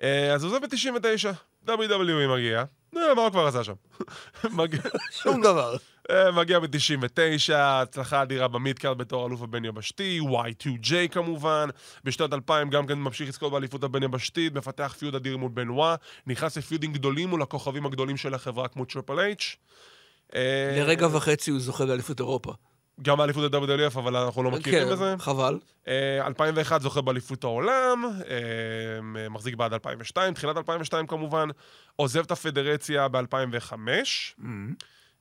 Speaker 4: אה, אז הוא עוזב ב-99, WWE מגיע. אה, מה הוא כבר עשה שם? מגיע-
Speaker 5: שום דבר.
Speaker 4: אה, מגיע ב-99, הצלחה אדירה במידקארד בתור אלוף הבין יבשתי, Y2J כמובן, בשנת 2000 גם כן ממשיך לזכות באליפות הבין יבשתית, מפתח פיוד אדיר מול בנווה, נכנס לפיודים גדולים מול הכוכבים הגדולים של החברה כמו טריפל אייץ'. אה,
Speaker 5: לרגע וחצי הוא זוכה באליפות אירופה.
Speaker 4: גם האליפות ה-WF, אבל אנחנו לא מכירים
Speaker 5: כן,
Speaker 4: בזה.
Speaker 5: חבל.
Speaker 4: אה, 2001 זוכה באליפות העולם, אה, מחזיק בעד 2002, תחילת 2002 כמובן, עוזב את הפדרציה ב-2005, Mm.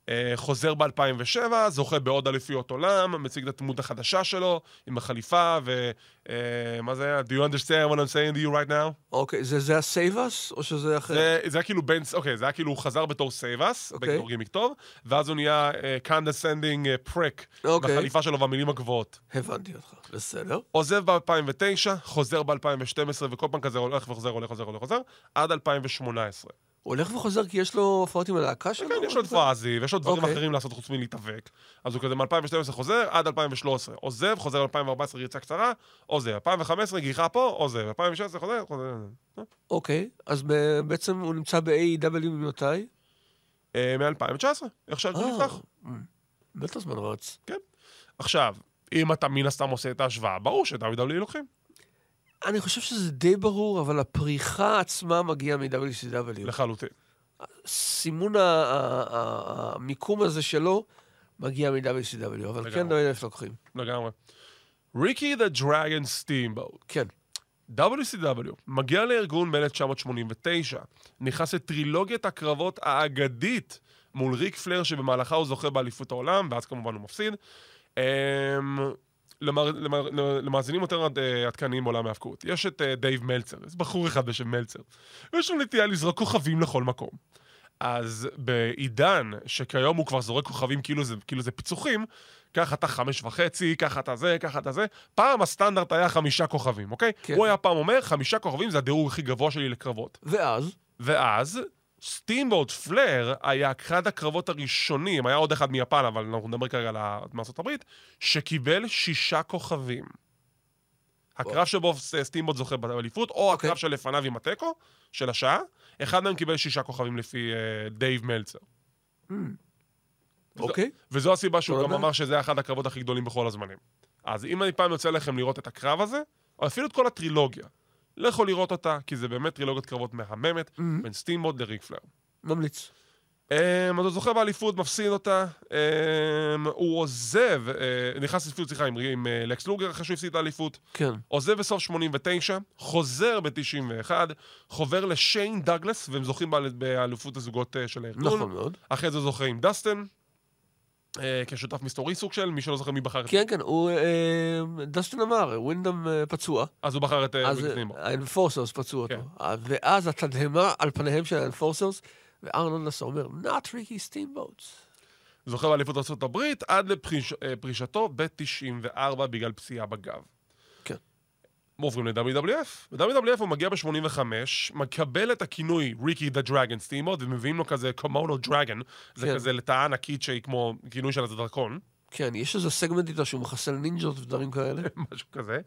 Speaker 4: אה, חוזר ב-2007, זוכה בעוד אליפויות עולם, מציג את הדמות החדשה שלו עם החליפה, ומה זה היה? Do you understand what I'm saying to you right now?
Speaker 5: אוקיי, זה- זה הסייבס, או שזה אחר?
Speaker 4: זה, זה היה כאילו בן, אוקיי, זה היה כאילו הוא חזר בתור סייבס,
Speaker 5: אה. אוקיי.
Speaker 4: בתור גימיק טוב, ואז הוא נהיה אה, קונדסנדינג פרק,
Speaker 5: אוקיי.
Speaker 4: בחליפה שלו והמילים הגבוהות.
Speaker 5: הבנתי אותך. בסדר.
Speaker 4: עוזב ב-2009, חוזר ב-2012, וכל פעם כזה הולך וחוזר, הולך, חוזר, הולך, חוזר, עד 2018.
Speaker 5: הוא הולך וחוזר כי יש לו הופעות עם הלהקה שלו?
Speaker 4: כן, יש לו את פרזי, ויש לו דברים
Speaker 5: אוקיי.
Speaker 4: אחרים לעשות חוץ מלהתאבק. אז הוא כזה מ-2012 חוזר, עד 2013. עוזב, חוזר ל-2014, ריצה קצרה, עוזב. 2015, גיחה פה, עוזב. 2016, חוזר, חוזר.
Speaker 5: אוקיי, אז ב- בעצם הוא נמצא ב-AEW ממתי?
Speaker 4: אה, מ-2019, איך שהארגון
Speaker 5: אה,
Speaker 4: נפתח.
Speaker 5: בטח זמן רץ.
Speaker 4: עכשיו, אם אתה מן הסתם עושה את ההשוואה, ברור ש-WWE לוקחים.
Speaker 5: אני חושב שזה די ברור, אבל הפריחה עצמה מגיעה מ-WCW.
Speaker 4: לחלוטין.
Speaker 5: סימון ה- ה- ה- המיקום הזה שלו מגיע מ-WCW, אבל כן
Speaker 4: לגמרי.
Speaker 5: WF לוקחים.
Speaker 4: לגמרי. ריקי דה דרגן סטימבו.
Speaker 5: כן.
Speaker 4: WCW מגיע לארגון ב-1989, נכנס לטרילוגיית הקרבות האגדית מול ריק פלר שבמהלכה הוא זוכה באליפות העולם, ואז כמובן הוא מפסיד. אמ, למר- למר- למאזינים יותר עד- אה, עדכניים בעולם ההאבקות, יש את אה, דייב מלצר, יש בחור אחד בשם מלצר, ויש לו נטייה לזרוק כוכבים לכל מקום. אז בעידן שכיום הוא כבר זורק כוכבים כאילו זה, כאילו זה פיצוחים, ככה אתה חמש וחצי, ככה אתה זה, ככה אתה זה. פעם הסטנדרט היה חמישה כוכבים, אוקיי?
Speaker 5: כן.
Speaker 4: הוא היה פעם אומר, חמישה כוכבים זה הדירוג הכי גבוה שלי לקרבות.
Speaker 5: ואז,
Speaker 4: Mm. ואז סטימבוט פלר היה אחד הקרבות הראשונים, היה עוד אחד מיפן, אבל אנחנו נדבר כרגע על ה- מארצות הברית, שקיבל שישה כוכבים. הקרב שבו ס- סטימבוט זוכה באליפות, או
Speaker 5: אוקיי.
Speaker 4: הקרב שלפניו עם התיקו, של השעה, אחד מהם קיבל שישה כוכבים לפי אה, דייב מלצר.
Speaker 5: אוקיי?
Speaker 4: וזו הסיבה שהוא
Speaker 5: לא
Speaker 4: גם
Speaker 5: יודע.
Speaker 4: אמר שזה היה אחד הקרבות הכי גדולים בכל הזמנים. אז אם אי פעם יוצא לכם לראות את הקרב הזה, או אפילו את כל הטרילוגיה, לכו לראות אותה, כי זה באמת טרילוגיית קרבות מהממת,
Speaker 5: מהמם.
Speaker 4: בין סטימבוט לריק פלר.
Speaker 5: Mm. ממליץ.
Speaker 4: אמ, אז הוא זוכה באליפות, מפסיד אותה. אמ, הוא עוזב, אה, נכנס לאליפות, סליחה, עם, עם אה, לקס לוגר אחרי שהוא הפסיד את האליפות.
Speaker 5: כן.
Speaker 4: עוזב בסוף 89, חוזר ב-91, חובר לשיין דאגלס, והם זוכים באל- באליפות הזוגות אה, של הארגון.
Speaker 5: נכון מאוד.
Speaker 4: אחרי זה זוכה עם דסטן, אה, כשותף מסתורי סוג של, מי שלא זוכר מי בחר. את-
Speaker 5: כן, כן, הוא... אה, דסטין אמר, ווינדאם אה, פצוע.
Speaker 4: אז הוא בחר את אה,
Speaker 5: אז
Speaker 4: וויקס נימו.
Speaker 5: האנפורסרס פצעו אותו.
Speaker 4: כן.
Speaker 5: אה, ואז התדהמה על פניהם של האנפורסרס, וארנון נסה אומר, not tricky steamboats.
Speaker 4: זוכה באליפות ארה"ב עד לפרישתו ב-94 בגלל פציעה בגב.
Speaker 5: כן.
Speaker 4: עוברים ל-WWF. ב-WWF הוא מגיע ב-85, מקבל את הכינוי ריקי דה דרגן סטימות, ומביאים לו כזה קומונו דרגן, זה
Speaker 5: כן.
Speaker 4: כזה לטאה ענקית שהיא כמו כינוי של איזה דרקון,
Speaker 5: כן, יש איזה סגמנט איתו שהוא מחסל נינג'ות ודברים כאלה.
Speaker 4: משהו כזה.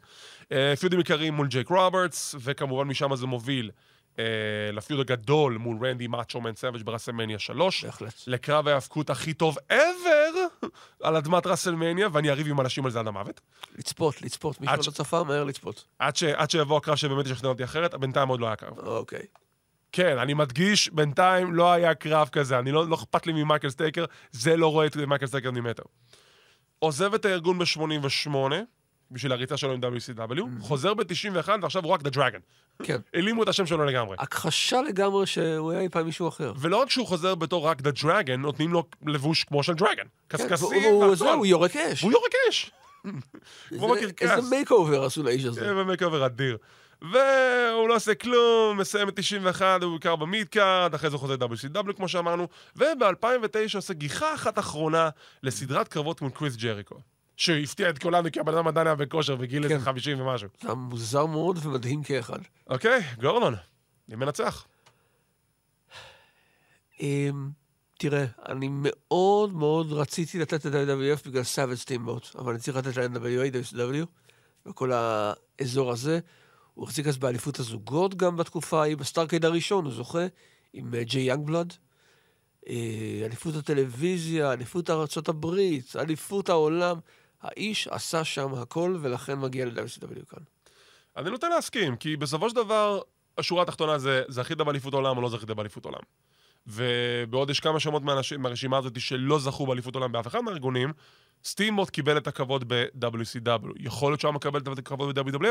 Speaker 4: אה, פיודים עיקריים מול ג'ייק רוברטס, וכמובן משם זה מוביל אה, לפיוד הגדול מול רנדי מאצ'ו מן סאביג' ברסלמניה 3.
Speaker 5: בהחלט.
Speaker 4: לקרב ההאבקות הכי טוב ever על אדמת ראסלמניה, ואני אריב עם אנשים על זה עד המוות.
Speaker 5: לצפות, לצפות. מי
Speaker 4: עד
Speaker 5: שלא צפה, מהר לצפות.
Speaker 4: עד, ש... עד שיבוא הקרב שבאמת ישכנע אותי אחרת, בינתיים עוד לא היה קרב.
Speaker 5: אוקיי.
Speaker 4: כן, אני מדגיש, בינתיים לא היה קרב כזה. אני לא, לא אכפת לי ממייקל סטייקר, זה לא רואה את מייקל סטייקר ממטר. עוזב את הארגון ב-88, בשביל הריצה שלו עם WCW,
Speaker 5: Mm-hmm.
Speaker 4: חוזר ב-91, ועכשיו הוא רק The Dragon.
Speaker 5: כן.
Speaker 4: העלימו את השם שלו לגמרי.
Speaker 5: אה. הכחשה לגמרי שהוא היה אי פעם מישהו אחר.
Speaker 4: ולא רק שהוא חוזר בתור רק The Dragon, נותנים לו לבוש כמו של דרגן.
Speaker 5: כן,
Speaker 4: קשקשים
Speaker 5: והוא-
Speaker 4: והכל.
Speaker 5: זהו, הוא יורק אש.
Speaker 4: והוא יורק אש. כמו
Speaker 5: איזה-
Speaker 4: בקרקס. כן.
Speaker 5: איזה מייק אובר עשו לאיש הזה.
Speaker 4: זה באמת קאבר אדיר. והוא לא עושה כלום, מסיים את 91, הוא בעיקר במידקארד, אחרי זה חוזר WCW כמו שאמרנו, וב-2009 עושה גיחה אחת אחרונה לסדרת קרבות מול קריס ג'ריקו. שהפתיע את כולנו כי הבן אדם עדיין היה בכושר בגיל איזה
Speaker 5: כן.
Speaker 4: 50 ומשהו.
Speaker 5: זה היה מוזר מאוד ומדהים כאחד.
Speaker 4: אוקיי, גורלון, אני מנצח.
Speaker 5: אמ, תראה, אני מאוד מאוד רציתי לתת ל-WWF בגלל סאביג' סטימבוט, אבל אני צריך לתת ל-NWA, WW, וכל האזור הזה. הוא החזיק אז באליפות הזוגות גם בתקופה ההיא, בסטארקייד הראשון, הוא זוכה, עם אה, ג'יי יאנגבלד. אה, אליפות הטלוויזיה, אליפות ארצות הברית, אליפות העולם. האיש עשה שם הכל, ולכן מגיע ל-WCW כאן.
Speaker 4: אני נוטה להסכים, כי בסופו של דבר, השורה התחתונה זה זכית באליפות עולם או לא זכית באליפות עולם. ובעוד יש כמה שמות מהאנשים- מהרשימה הזאת שלא זכו באליפות עולם באף אחד מהארגונים, סטימוט קיבל את הכבוד ב-WCW. יכול להיות שהוא היה מקבל את הכבוד ב-WWF,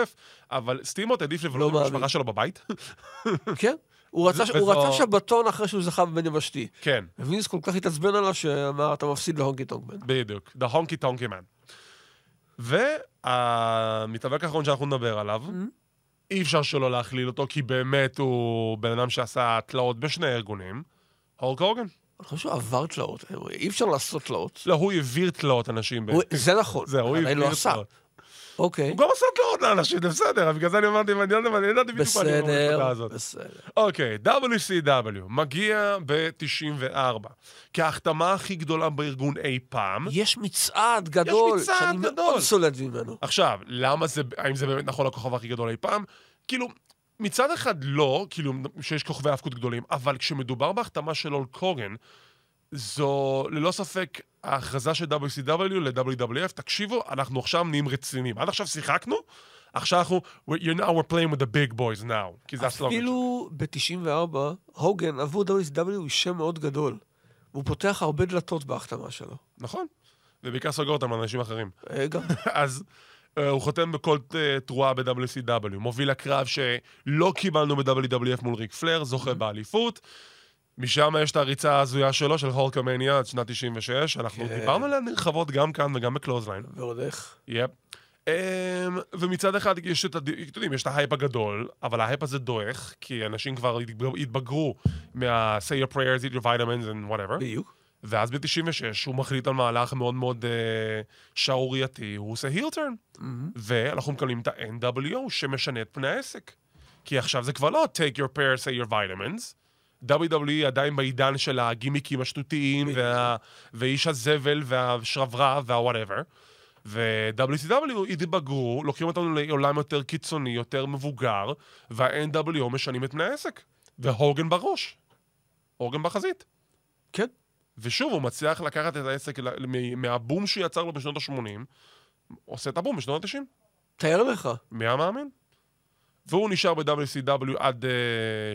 Speaker 4: אבל סטימוט העדיף לבלות עם
Speaker 5: לא
Speaker 4: המשפחה
Speaker 5: מאמין.
Speaker 4: שלו בבית.
Speaker 5: כן? הוא רצה,
Speaker 4: וזו-
Speaker 5: הוא רצה שבתון אחרי שהוא זכה בבן יבשתי.
Speaker 4: כן,
Speaker 5: ווינס כל כך התעצבן עליו שאמר, אתה מפסיד להונקי טונקמן.
Speaker 4: בדיוק. The honky tonky man. והמתאבק האחרון שאנחנו נדבר עליו,
Speaker 5: Mm-hmm.
Speaker 4: אי אפשר שלא להכליל אותו, כי באמת הוא בן אדם שעשה תלאות בשני ארגונים, הורק הוגן.
Speaker 5: אני חושב שהוא עבר תלאות, אי אפשר לעשות תלאות.
Speaker 4: לא, הוא העביר תלאות אנשים. ב-
Speaker 5: הוא- זה נכון,
Speaker 4: כן. זה, הוא
Speaker 5: עדיין
Speaker 4: העביר
Speaker 5: לא עשה.
Speaker 4: תלאות.
Speaker 5: אוקיי,
Speaker 4: הוא גם עשה תלאות לאנשים, זה בסדר, אז בגלל זה אני אמרתי, אני לא יודע, אני ידעתי בדיוק מה אני אומר בנקודה
Speaker 5: בסדר,
Speaker 4: הזאת.
Speaker 5: בסדר.
Speaker 4: אוקיי, WCW, מגיע ב-94, כהחתמה הכי גדולה בארגון אי פעם.
Speaker 5: יש מצעד גדול,
Speaker 4: מצעד
Speaker 5: שאני
Speaker 4: גדול. אה,
Speaker 5: מאוד סולד ממנו.
Speaker 4: עכשיו, למה זה, האם זה באמת נכון לכוכב הכי גדול אי פעם? כאילו, מצד אחד לא, כאילו, שיש כוכבי האבקות גדולים, אבל כשמדובר בהחתמה של אול קוגן, זו ללא ספק ההכרזה של WCW ל-WWF, תקשיבו, אנחנו עכשיו נהיים רציניים. עד עכשיו שיחקנו, עכשיו אנחנו, we're- you're now we're playing with the big boys now, כי זה הסלוגן. שלו.
Speaker 5: אפילו ב-94, הוגן עבור WCW הוא שם מאוד גדול. הוא פותח הרבה דלתות בהחתמה שלו.
Speaker 4: נכון. ובעיקר סוגר אותם לאנשים אחרים.
Speaker 5: אה, גם,
Speaker 4: אז אה, הוא חותם בכל אה, תרועה ב-WCW. מוביל לקרב שלא קיבלנו ב-WWF מול ריק פלר, זוכה באליפות. משם יש את הריצה ההזויה שלו, של הורקמניה עד שנת 96, אנחנו
Speaker 5: כן.
Speaker 4: דיברנו עליה נרחבות גם כאן וגם בקלוזליין.
Speaker 5: ועוד איך.
Speaker 4: יפ. אמ, ומצד אחד יש את, הד- אתם יודעים, יש את ההייפ הגדול, אבל ההייפ הזה דועך, כי אנשים כבר התבג- התבגרו מה- say your prayers, eat your vitamins and whatever.
Speaker 5: בדיוק.
Speaker 4: ואז ב-96 הוא מחליט על מהלך מאוד מאוד אה, שערורייתי, הוא עושה heel turn. ואנחנו מקבלים את ה-NWO שמשנה את פני העסק. כי עכשיו זה כבר לא take your pair, say your vitamins. WWE עדיין בעידן של הגימיקים השטותיים, וה... ואיש הזבל, והשרברב, וה-whatever. ו-WCW התבגרו, לוקחים אותנו לעולם יותר קיצוני, יותר מבוגר, וה-NWO משנים את פני העסק. והוגן בראש. הוגן בחזית.
Speaker 5: כן.
Speaker 4: ושוב, הוא מצליח לקחת את העסק ל- מ- מהבום שיצר לו בשנות ה-80, עושה את הבום בשנות ה-90.
Speaker 5: תאר לך.
Speaker 4: מי המאמין? והוא נשאר ב-WCW עד, uh,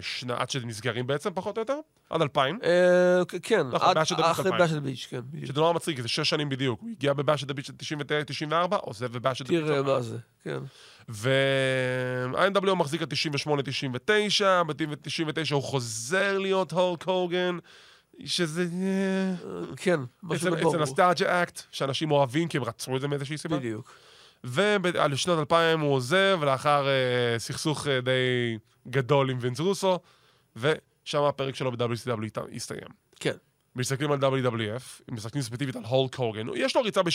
Speaker 4: שנה, עד שנסגרים בעצם, פחות או יותר, עד 2000.
Speaker 5: אה, כ- כן,
Speaker 4: נכון,
Speaker 5: עד-
Speaker 4: באשד הביץ'
Speaker 5: אחרי
Speaker 4: אלפיים.
Speaker 5: באשד הביץ', כן. בדיוק.
Speaker 4: שזה נורא מצחיק, זה שש שנים בדיוק. הוא הגיע בבאשד הביץ' של 99, 94, עוזב בבאשד הביץ'.
Speaker 5: תראה מה זה, כן.
Speaker 4: ו-INW מחזיק עד 98-99, ב-99 הוא חוזר להיות הולק הוגן, שזה... אה,
Speaker 5: אה, כן, משהו
Speaker 4: אצל
Speaker 5: בבור.
Speaker 4: הסטארג'ה אקט, שאנשים אוהבים כי הם רצו את זה מאיזושהי סיבה.
Speaker 5: בדיוק.
Speaker 4: ובשנת 2000 הוא עוזב, לאחר אה, סכסוך אה, די גדול עם וינס רוסו, ושם הפרק שלו ב-WCW הת- הסתיים.
Speaker 5: כן.
Speaker 4: אוקיי. מסתכלים על WWF, אם מסתכלים ספציפית על הולק הוגן, יש לו ריצה ב-79,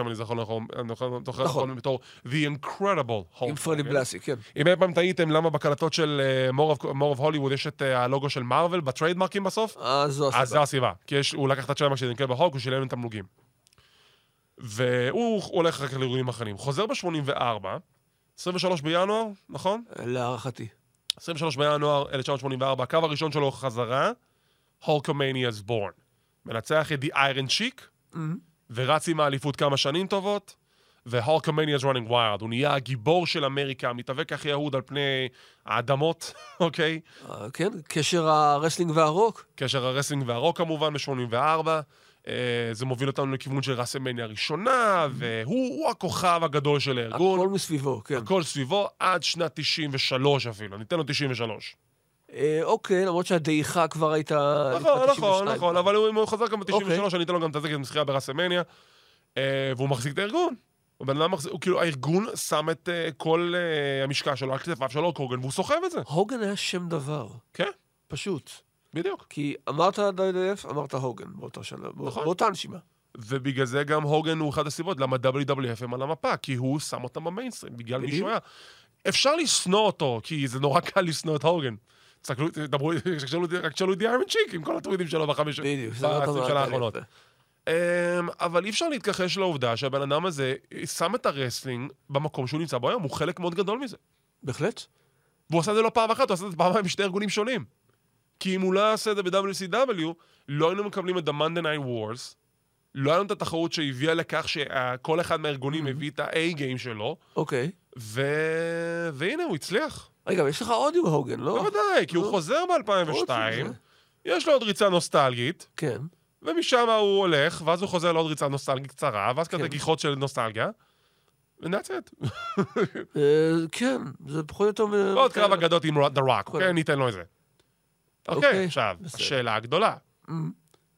Speaker 4: אם אני זוכר נכון, אני זוכר- זוכר
Speaker 5: נכון.
Speaker 4: נכון, בתור The Incredible
Speaker 5: עם
Speaker 4: הולק
Speaker 5: פרדי
Speaker 4: הוגן.
Speaker 5: בלאסי, כן.
Speaker 4: אם אי פעם תהיתם למה בקלטות של אה, מור אוף הוליווד יש את אה, הלוגו של מארוול בטריידמרקים בסוף,
Speaker 5: אה, זו
Speaker 4: אז
Speaker 5: הסיבה.
Speaker 4: זו הסיבה. כי יש, הוא לקח את הצ'למה של דנקל בהוק, הוא שילם תמלוגים. והוא הולך רק לארגונים אחרים. חוזר ב-84, 23 בינואר, נכון?
Speaker 5: להערכתי.
Speaker 4: 23 בינואר 1984, הקו הראשון שלו חזרה, הולקומניה is born. מנצח את The Iron Cheek, ורץ עם האליפות כמה שנים טובות, והולקומניה is running wild. הוא נהיה הגיבור של אמריקה, המתאבק הכי אהוד על פני האדמות, אוקיי?
Speaker 5: אה, כן, קשר הרסלינג והרוק.
Speaker 4: קשר הרסלינג והרוק כמובן ב-84. אה, זה מוביל אותנו לכיוון של ראסלמניה הראשונה, והוא הוא הכוכב הגדול של הארגון.
Speaker 5: הכל מסביבו, כן.
Speaker 4: הכל סביבו עד שנת 93 אפילו, ניתן לו 93.
Speaker 5: אה, אוקיי, למרות שהדעיכה כבר הייתה...
Speaker 4: נכון,
Speaker 5: לקראת
Speaker 4: נכון,
Speaker 5: 92.
Speaker 4: נכון, אבל אם הוא חוזר גם ב-93, אני אתן לו גם את הזקת מזכירה ברסלמניה, אה, והוא מחזיק את הארגון. הבן אדם מחזיק, הוא כאילו, הארגון שם את אה, כל אה, המשקע שלו על כתפיו של אורק הוגן, והוא סוחב את זה.
Speaker 5: הוגן היה שם דבר,
Speaker 4: כן,
Speaker 5: פשוט.
Speaker 4: בדיוק.
Speaker 5: כי אמרת WWF, אמרת הוגן באותה שנה, בא-
Speaker 4: נכון.
Speaker 5: באותה נשימה.
Speaker 4: ובגלל זה גם הוגן הוא אחת הסיבות למה WWF הם על המפה, כי הוא שם אותם במיינסטרים, בגלל מי שהוא היה. אפשר לשנוא אותו, כי זה נורא קל לשנוא את הוגן. תסתכלו, דברו, תשאלו- רק תשאלו את איירמן צ'יק עם כל הטוויטים שלו בחמש...
Speaker 5: בדיוק, זה לא
Speaker 4: בעשרים
Speaker 5: דבר
Speaker 4: שנה
Speaker 5: קל
Speaker 4: האחרונות.
Speaker 5: יפה.
Speaker 4: אמ, אבל אי אפשר להתכחש לעובדה שהבן אדם הזה שם את הרסלינג במקום שהוא נמצא בו היום, הוא חלק מאוד גדול מזה.
Speaker 5: בהחלט.
Speaker 4: והוא עשה את זה לא פעם אחת, הוא עשה את זה פעמיים בשתי ארגונים שונים. כי אם הוא לא היה עושה את זה ב-WCW, לא היינו מקבלים את The Monday Night Wars, לא היינו את התחרות שהביאה לכך שכל אחד מהארגונים הביא את ה-A-game שלו,
Speaker 5: אוקיי.
Speaker 4: ו... והנה, הוא הצליח.
Speaker 5: רגע, אבל יש לך עוד עם הוגן, לא?
Speaker 4: בוודאי, כי הוא
Speaker 5: לא.
Speaker 4: חוזר
Speaker 5: עוד
Speaker 4: ב-2002,
Speaker 5: זה.
Speaker 4: יש לו עוד ריצה נוסטלגית,
Speaker 5: כן.
Speaker 4: ומשם הוא הולך, ואז הוא חוזר לעוד ריצה נוסטלגית קצרה, ואז כזה גיחות של נוסטלגיה, ו-that's it.
Speaker 5: אה, כן, זה פחות או יותר... כן.
Speaker 4: ועוד קרב אגדות עם The Rock,
Speaker 5: כל
Speaker 4: אוקיי?
Speaker 5: הכבוד.
Speaker 4: ניתן לו את זה. אוקיי,
Speaker 5: אוקיי,
Speaker 4: עכשיו,
Speaker 5: בסדר.
Speaker 4: השאלה הגדולה.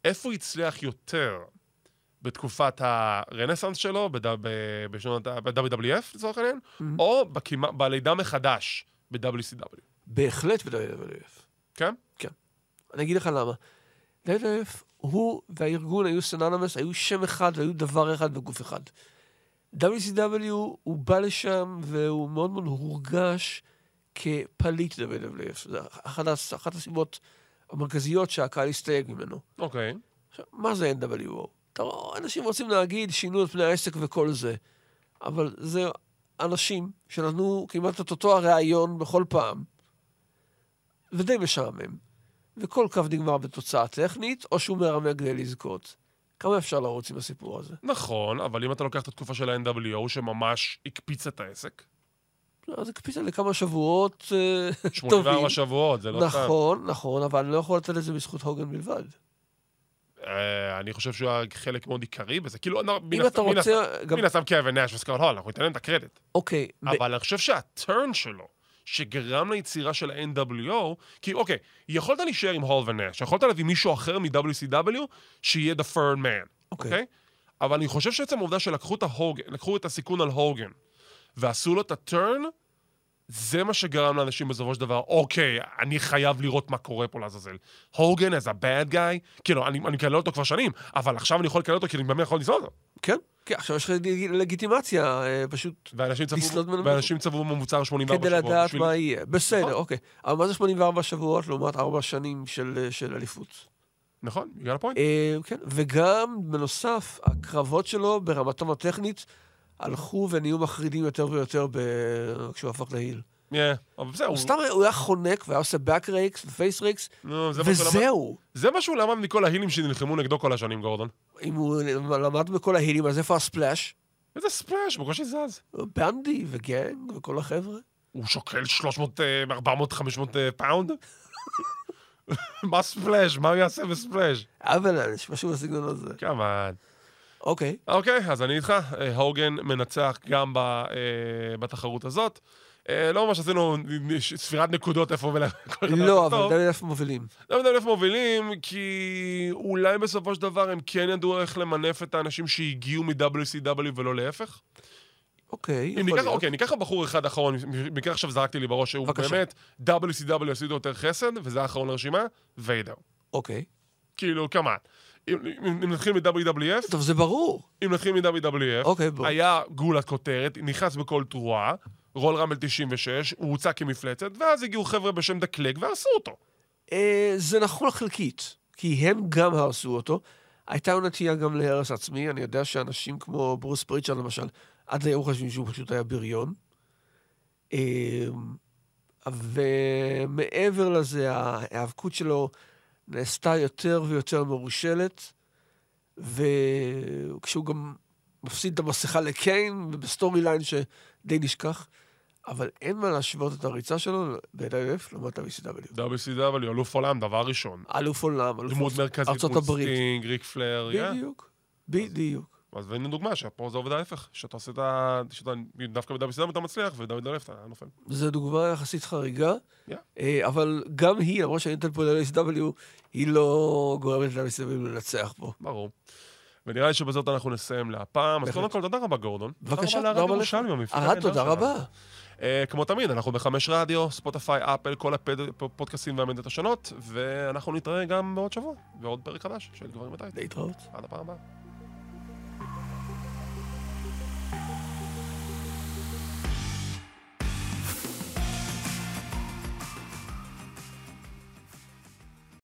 Speaker 4: איפה הוא הצליח יותר? בתקופת הרנסאנס שלו, בד- ב- בשנות ה- ב-WWF לצורך העניין, או בקימה- בלידה מחדש ב-WCW,
Speaker 5: בהחלט ב-WWF.
Speaker 4: כן?
Speaker 5: אני אגיד לך למה. WWF, הוא והארגון היו סננמס, היו שם אחד והיו דבר אחד בגוף אחד. WCW, הוא בא לשם והוא מאוד מאוד הורגש כפליט WWF. זו אחת, הס- אחת הסיבות המרכזיות שהקהל הסתייג ממנו.
Speaker 4: אוקיי.
Speaker 5: עכשיו, מה זה NWO? אתה רואה, אנשים רוצים להגיד, שינו את פני העסק וכל זה, אבל זה אנשים שנתנו כמעט את אותו הריאיון בכל פעם, ודי משעמם, וכל קו נגמר בתוצאה טכנית, או שהוא מרמה כדי לזכות. כמה אפשר לרוץ עם הסיפור הזה?
Speaker 4: נכון, אבל אם אתה לוקח את התקופה של ה-NWO, שממש הקפיץ את העסק,
Speaker 5: לא, זה קפיצה לכמה שבועות אה, טובים.
Speaker 4: 84 שבועות, זה לא סתם.
Speaker 5: נכון, נכון, אבל אני לא יכול לתת לזה בזכות הוגן בלבד.
Speaker 4: אה, אני חושב שהוא היה חלק מאוד עיקרי בזה. כאילו, נו, מן
Speaker 5: אם
Speaker 4: הסתם-
Speaker 5: אתה
Speaker 4: מן
Speaker 5: רוצה...
Speaker 4: הסתם-
Speaker 5: גם-
Speaker 4: מן הסתם קווין נאש וסקארט הול, אנחנו ניתן להם את הקרדיט.
Speaker 5: אוקיי, ב-
Speaker 4: אבל אני חושב שהטרן שלו, שגרם ליצירה של ה-NWO, כי אוקיי, יכולת להישאר עם הול ונאש, יכולת להביא מישהו אחר מ-WCW, שיהיה the firm man,
Speaker 5: אוקיי.
Speaker 4: אוקיי? אבל אני חושב שעצם העובדה שלקחו את ההוגן, לקחו את הסיכון על הוגן, ועשו לו את הטרן, זה מה שגרם לאנשים בסופו של דבר, אוקיי, אני חייב לראות מה קורה פה לעזאזל. הוגן as a bad guy, כאילו, אני אני מקלל אותו כבר שנים, אבל עכשיו אני יכול לקלל אותו כי אני באמת יכול לסלול אותו.
Speaker 5: כן, כן, עכשיו יש לך לג- לגיטימציה, אה, פשוט
Speaker 4: ואנשים צברו-
Speaker 5: לסלוד ממנו
Speaker 4: ואנשים צברו ממוצע 84
Speaker 5: כדי
Speaker 4: שבועות.
Speaker 5: לדעת
Speaker 4: בשביל-
Speaker 5: מה יהיה.
Speaker 4: נכון.
Speaker 5: בסדר, אוקיי. אבל מה זה 84 שבועות לעומת 4 שנים של אה, של אליפות?
Speaker 4: נכון, בגלל הפוינט.
Speaker 5: אה, כן, וגם, בנוסף, הקרבות שלו ברמתם הטכנית הלכו ונהיו מחרידים יותר ויותר ב... כשהוא הפך להיל.
Speaker 4: אה, אבל בסדר,
Speaker 5: הוא
Speaker 4: הוא-
Speaker 5: סתם, הוא היה חונק והיה עושה back rakes ופייס rakes,
Speaker 4: נו, זה מה שהוא למד-
Speaker 5: וזהו.
Speaker 4: זה מה שהוא למד מכל ההילים שנלחמו נגדו כל השנים, גורדון.
Speaker 5: אם הוא למד בכל ההילים, אז איפה הספלאש?
Speaker 4: איזה ספלאש, בקושי זז.
Speaker 5: במדי וגנג וכל החבר'ה.
Speaker 4: הוא שוקל 300, אה, 400, 500 אה, פאונד? מה ספלאש? מה הוא יעשה בספלאש?
Speaker 5: אבל יש משהו בסגנון הזה.
Speaker 4: כמובן.
Speaker 5: אוקיי.
Speaker 4: אוקיי, אז אני איתך. אה, הוגן מנצח גם ב, אה, בתחרות הזאת. אה, לא ממש עשינו ש- ספירת נקודות איפה ול... כל אחד
Speaker 5: לא, אבל
Speaker 4: טוב.
Speaker 5: דניאל איפה מובילים.
Speaker 4: לא יודע איפה מובילים, כי אולי בסופו של דבר הם כן ידעו איך למנף את האנשים שהגיעו מ-WCW ולא להפך.
Speaker 5: אוקיי,
Speaker 4: אם
Speaker 5: יכול
Speaker 4: ניקח,
Speaker 5: להיות.
Speaker 4: אוקיי, ניקח בחור אחד אחרון, במקרה עכשיו זרקתי לי בראש, שהוא
Speaker 5: בבקשה.
Speaker 4: באמת, WCW עשו איתו יותר חסד, וזה האחרון לרשימה, ויידר.
Speaker 5: אוקיי.
Speaker 4: כאילו, כמה? אם אם- אם נתחיל מ-WWF,
Speaker 5: טוב, זה ברור.
Speaker 4: אם נתחיל מ-WWF,
Speaker 5: אוקיי, בוא.
Speaker 4: היה גולת כותרת, נכנס בכל תרועה, רול רמבל 96, הוא הוצא כמפלצת, ואז הגיעו חבר'ה בשם דקלג והרסו אותו.
Speaker 5: אה, זה נכון חלקית, כי הם גם הרסו אותו. הייתה לו נטייה גם להרס עצמי, אני יודע שאנשים כמו ברוס פריצ'רד למשל, עד היום חושבים שהוא פשוט היה בריון. אה, ומעבר לזה, ההיאבקות שלו נעשתה יותר ויותר מרושלת, וכשהוא גם מפסיד את המסכה לקיין, בסטורי ליין שדי נשכח, אבל אין מה להשוות את הריצה שלו ב-WF לעומת ה-WCW.
Speaker 4: WCW, אלוף עולם, דבר ראשון.
Speaker 5: אלוף עולם, אלוף
Speaker 4: דמות מרכזית,
Speaker 5: ארצות
Speaker 4: דמות
Speaker 5: הברית.
Speaker 4: סטינג, ריק פלר, יא.
Speaker 5: בדיוק, בדיוק.
Speaker 4: אז והנה דוגמה, שפה זה עובד ההפך, שאתה עושה את ה... שאתה דווקא ב-WCW אתה מצליח, וב-WF אתה נופל.
Speaker 5: זו דוגמה יחסית חריגה,
Speaker 4: Yeah.
Speaker 5: אה, אבל גם היא, למרות שאני נותן פה ל-SW, היא לא גורמת ל-SW לנצח פה.
Speaker 4: ברור. ונראה לי שבזאת אנחנו נסיים להפעם. אז
Speaker 5: בהחלט.
Speaker 4: קודם כל, תודה רבה, גורדון.
Speaker 5: בבקשה,
Speaker 4: תודה רבה
Speaker 5: תודה
Speaker 4: לארד
Speaker 5: רבה
Speaker 4: ירושלמי,
Speaker 5: לך.
Speaker 4: המפיקה
Speaker 5: ארד,
Speaker 4: הנהדר
Speaker 5: תודה
Speaker 4: שלנו.
Speaker 5: רבה.
Speaker 4: אה, כמו תמיד, אנחנו בחמש רדיו, ספוטפיי, אפל, כל הפודקאסים והמדיות השונות, ואנחנו נתראה גם בעוד שבוע, בעוד פרק חדש של גברים וטייטל.
Speaker 5: להתראות.
Speaker 4: עד הפעם הבאה.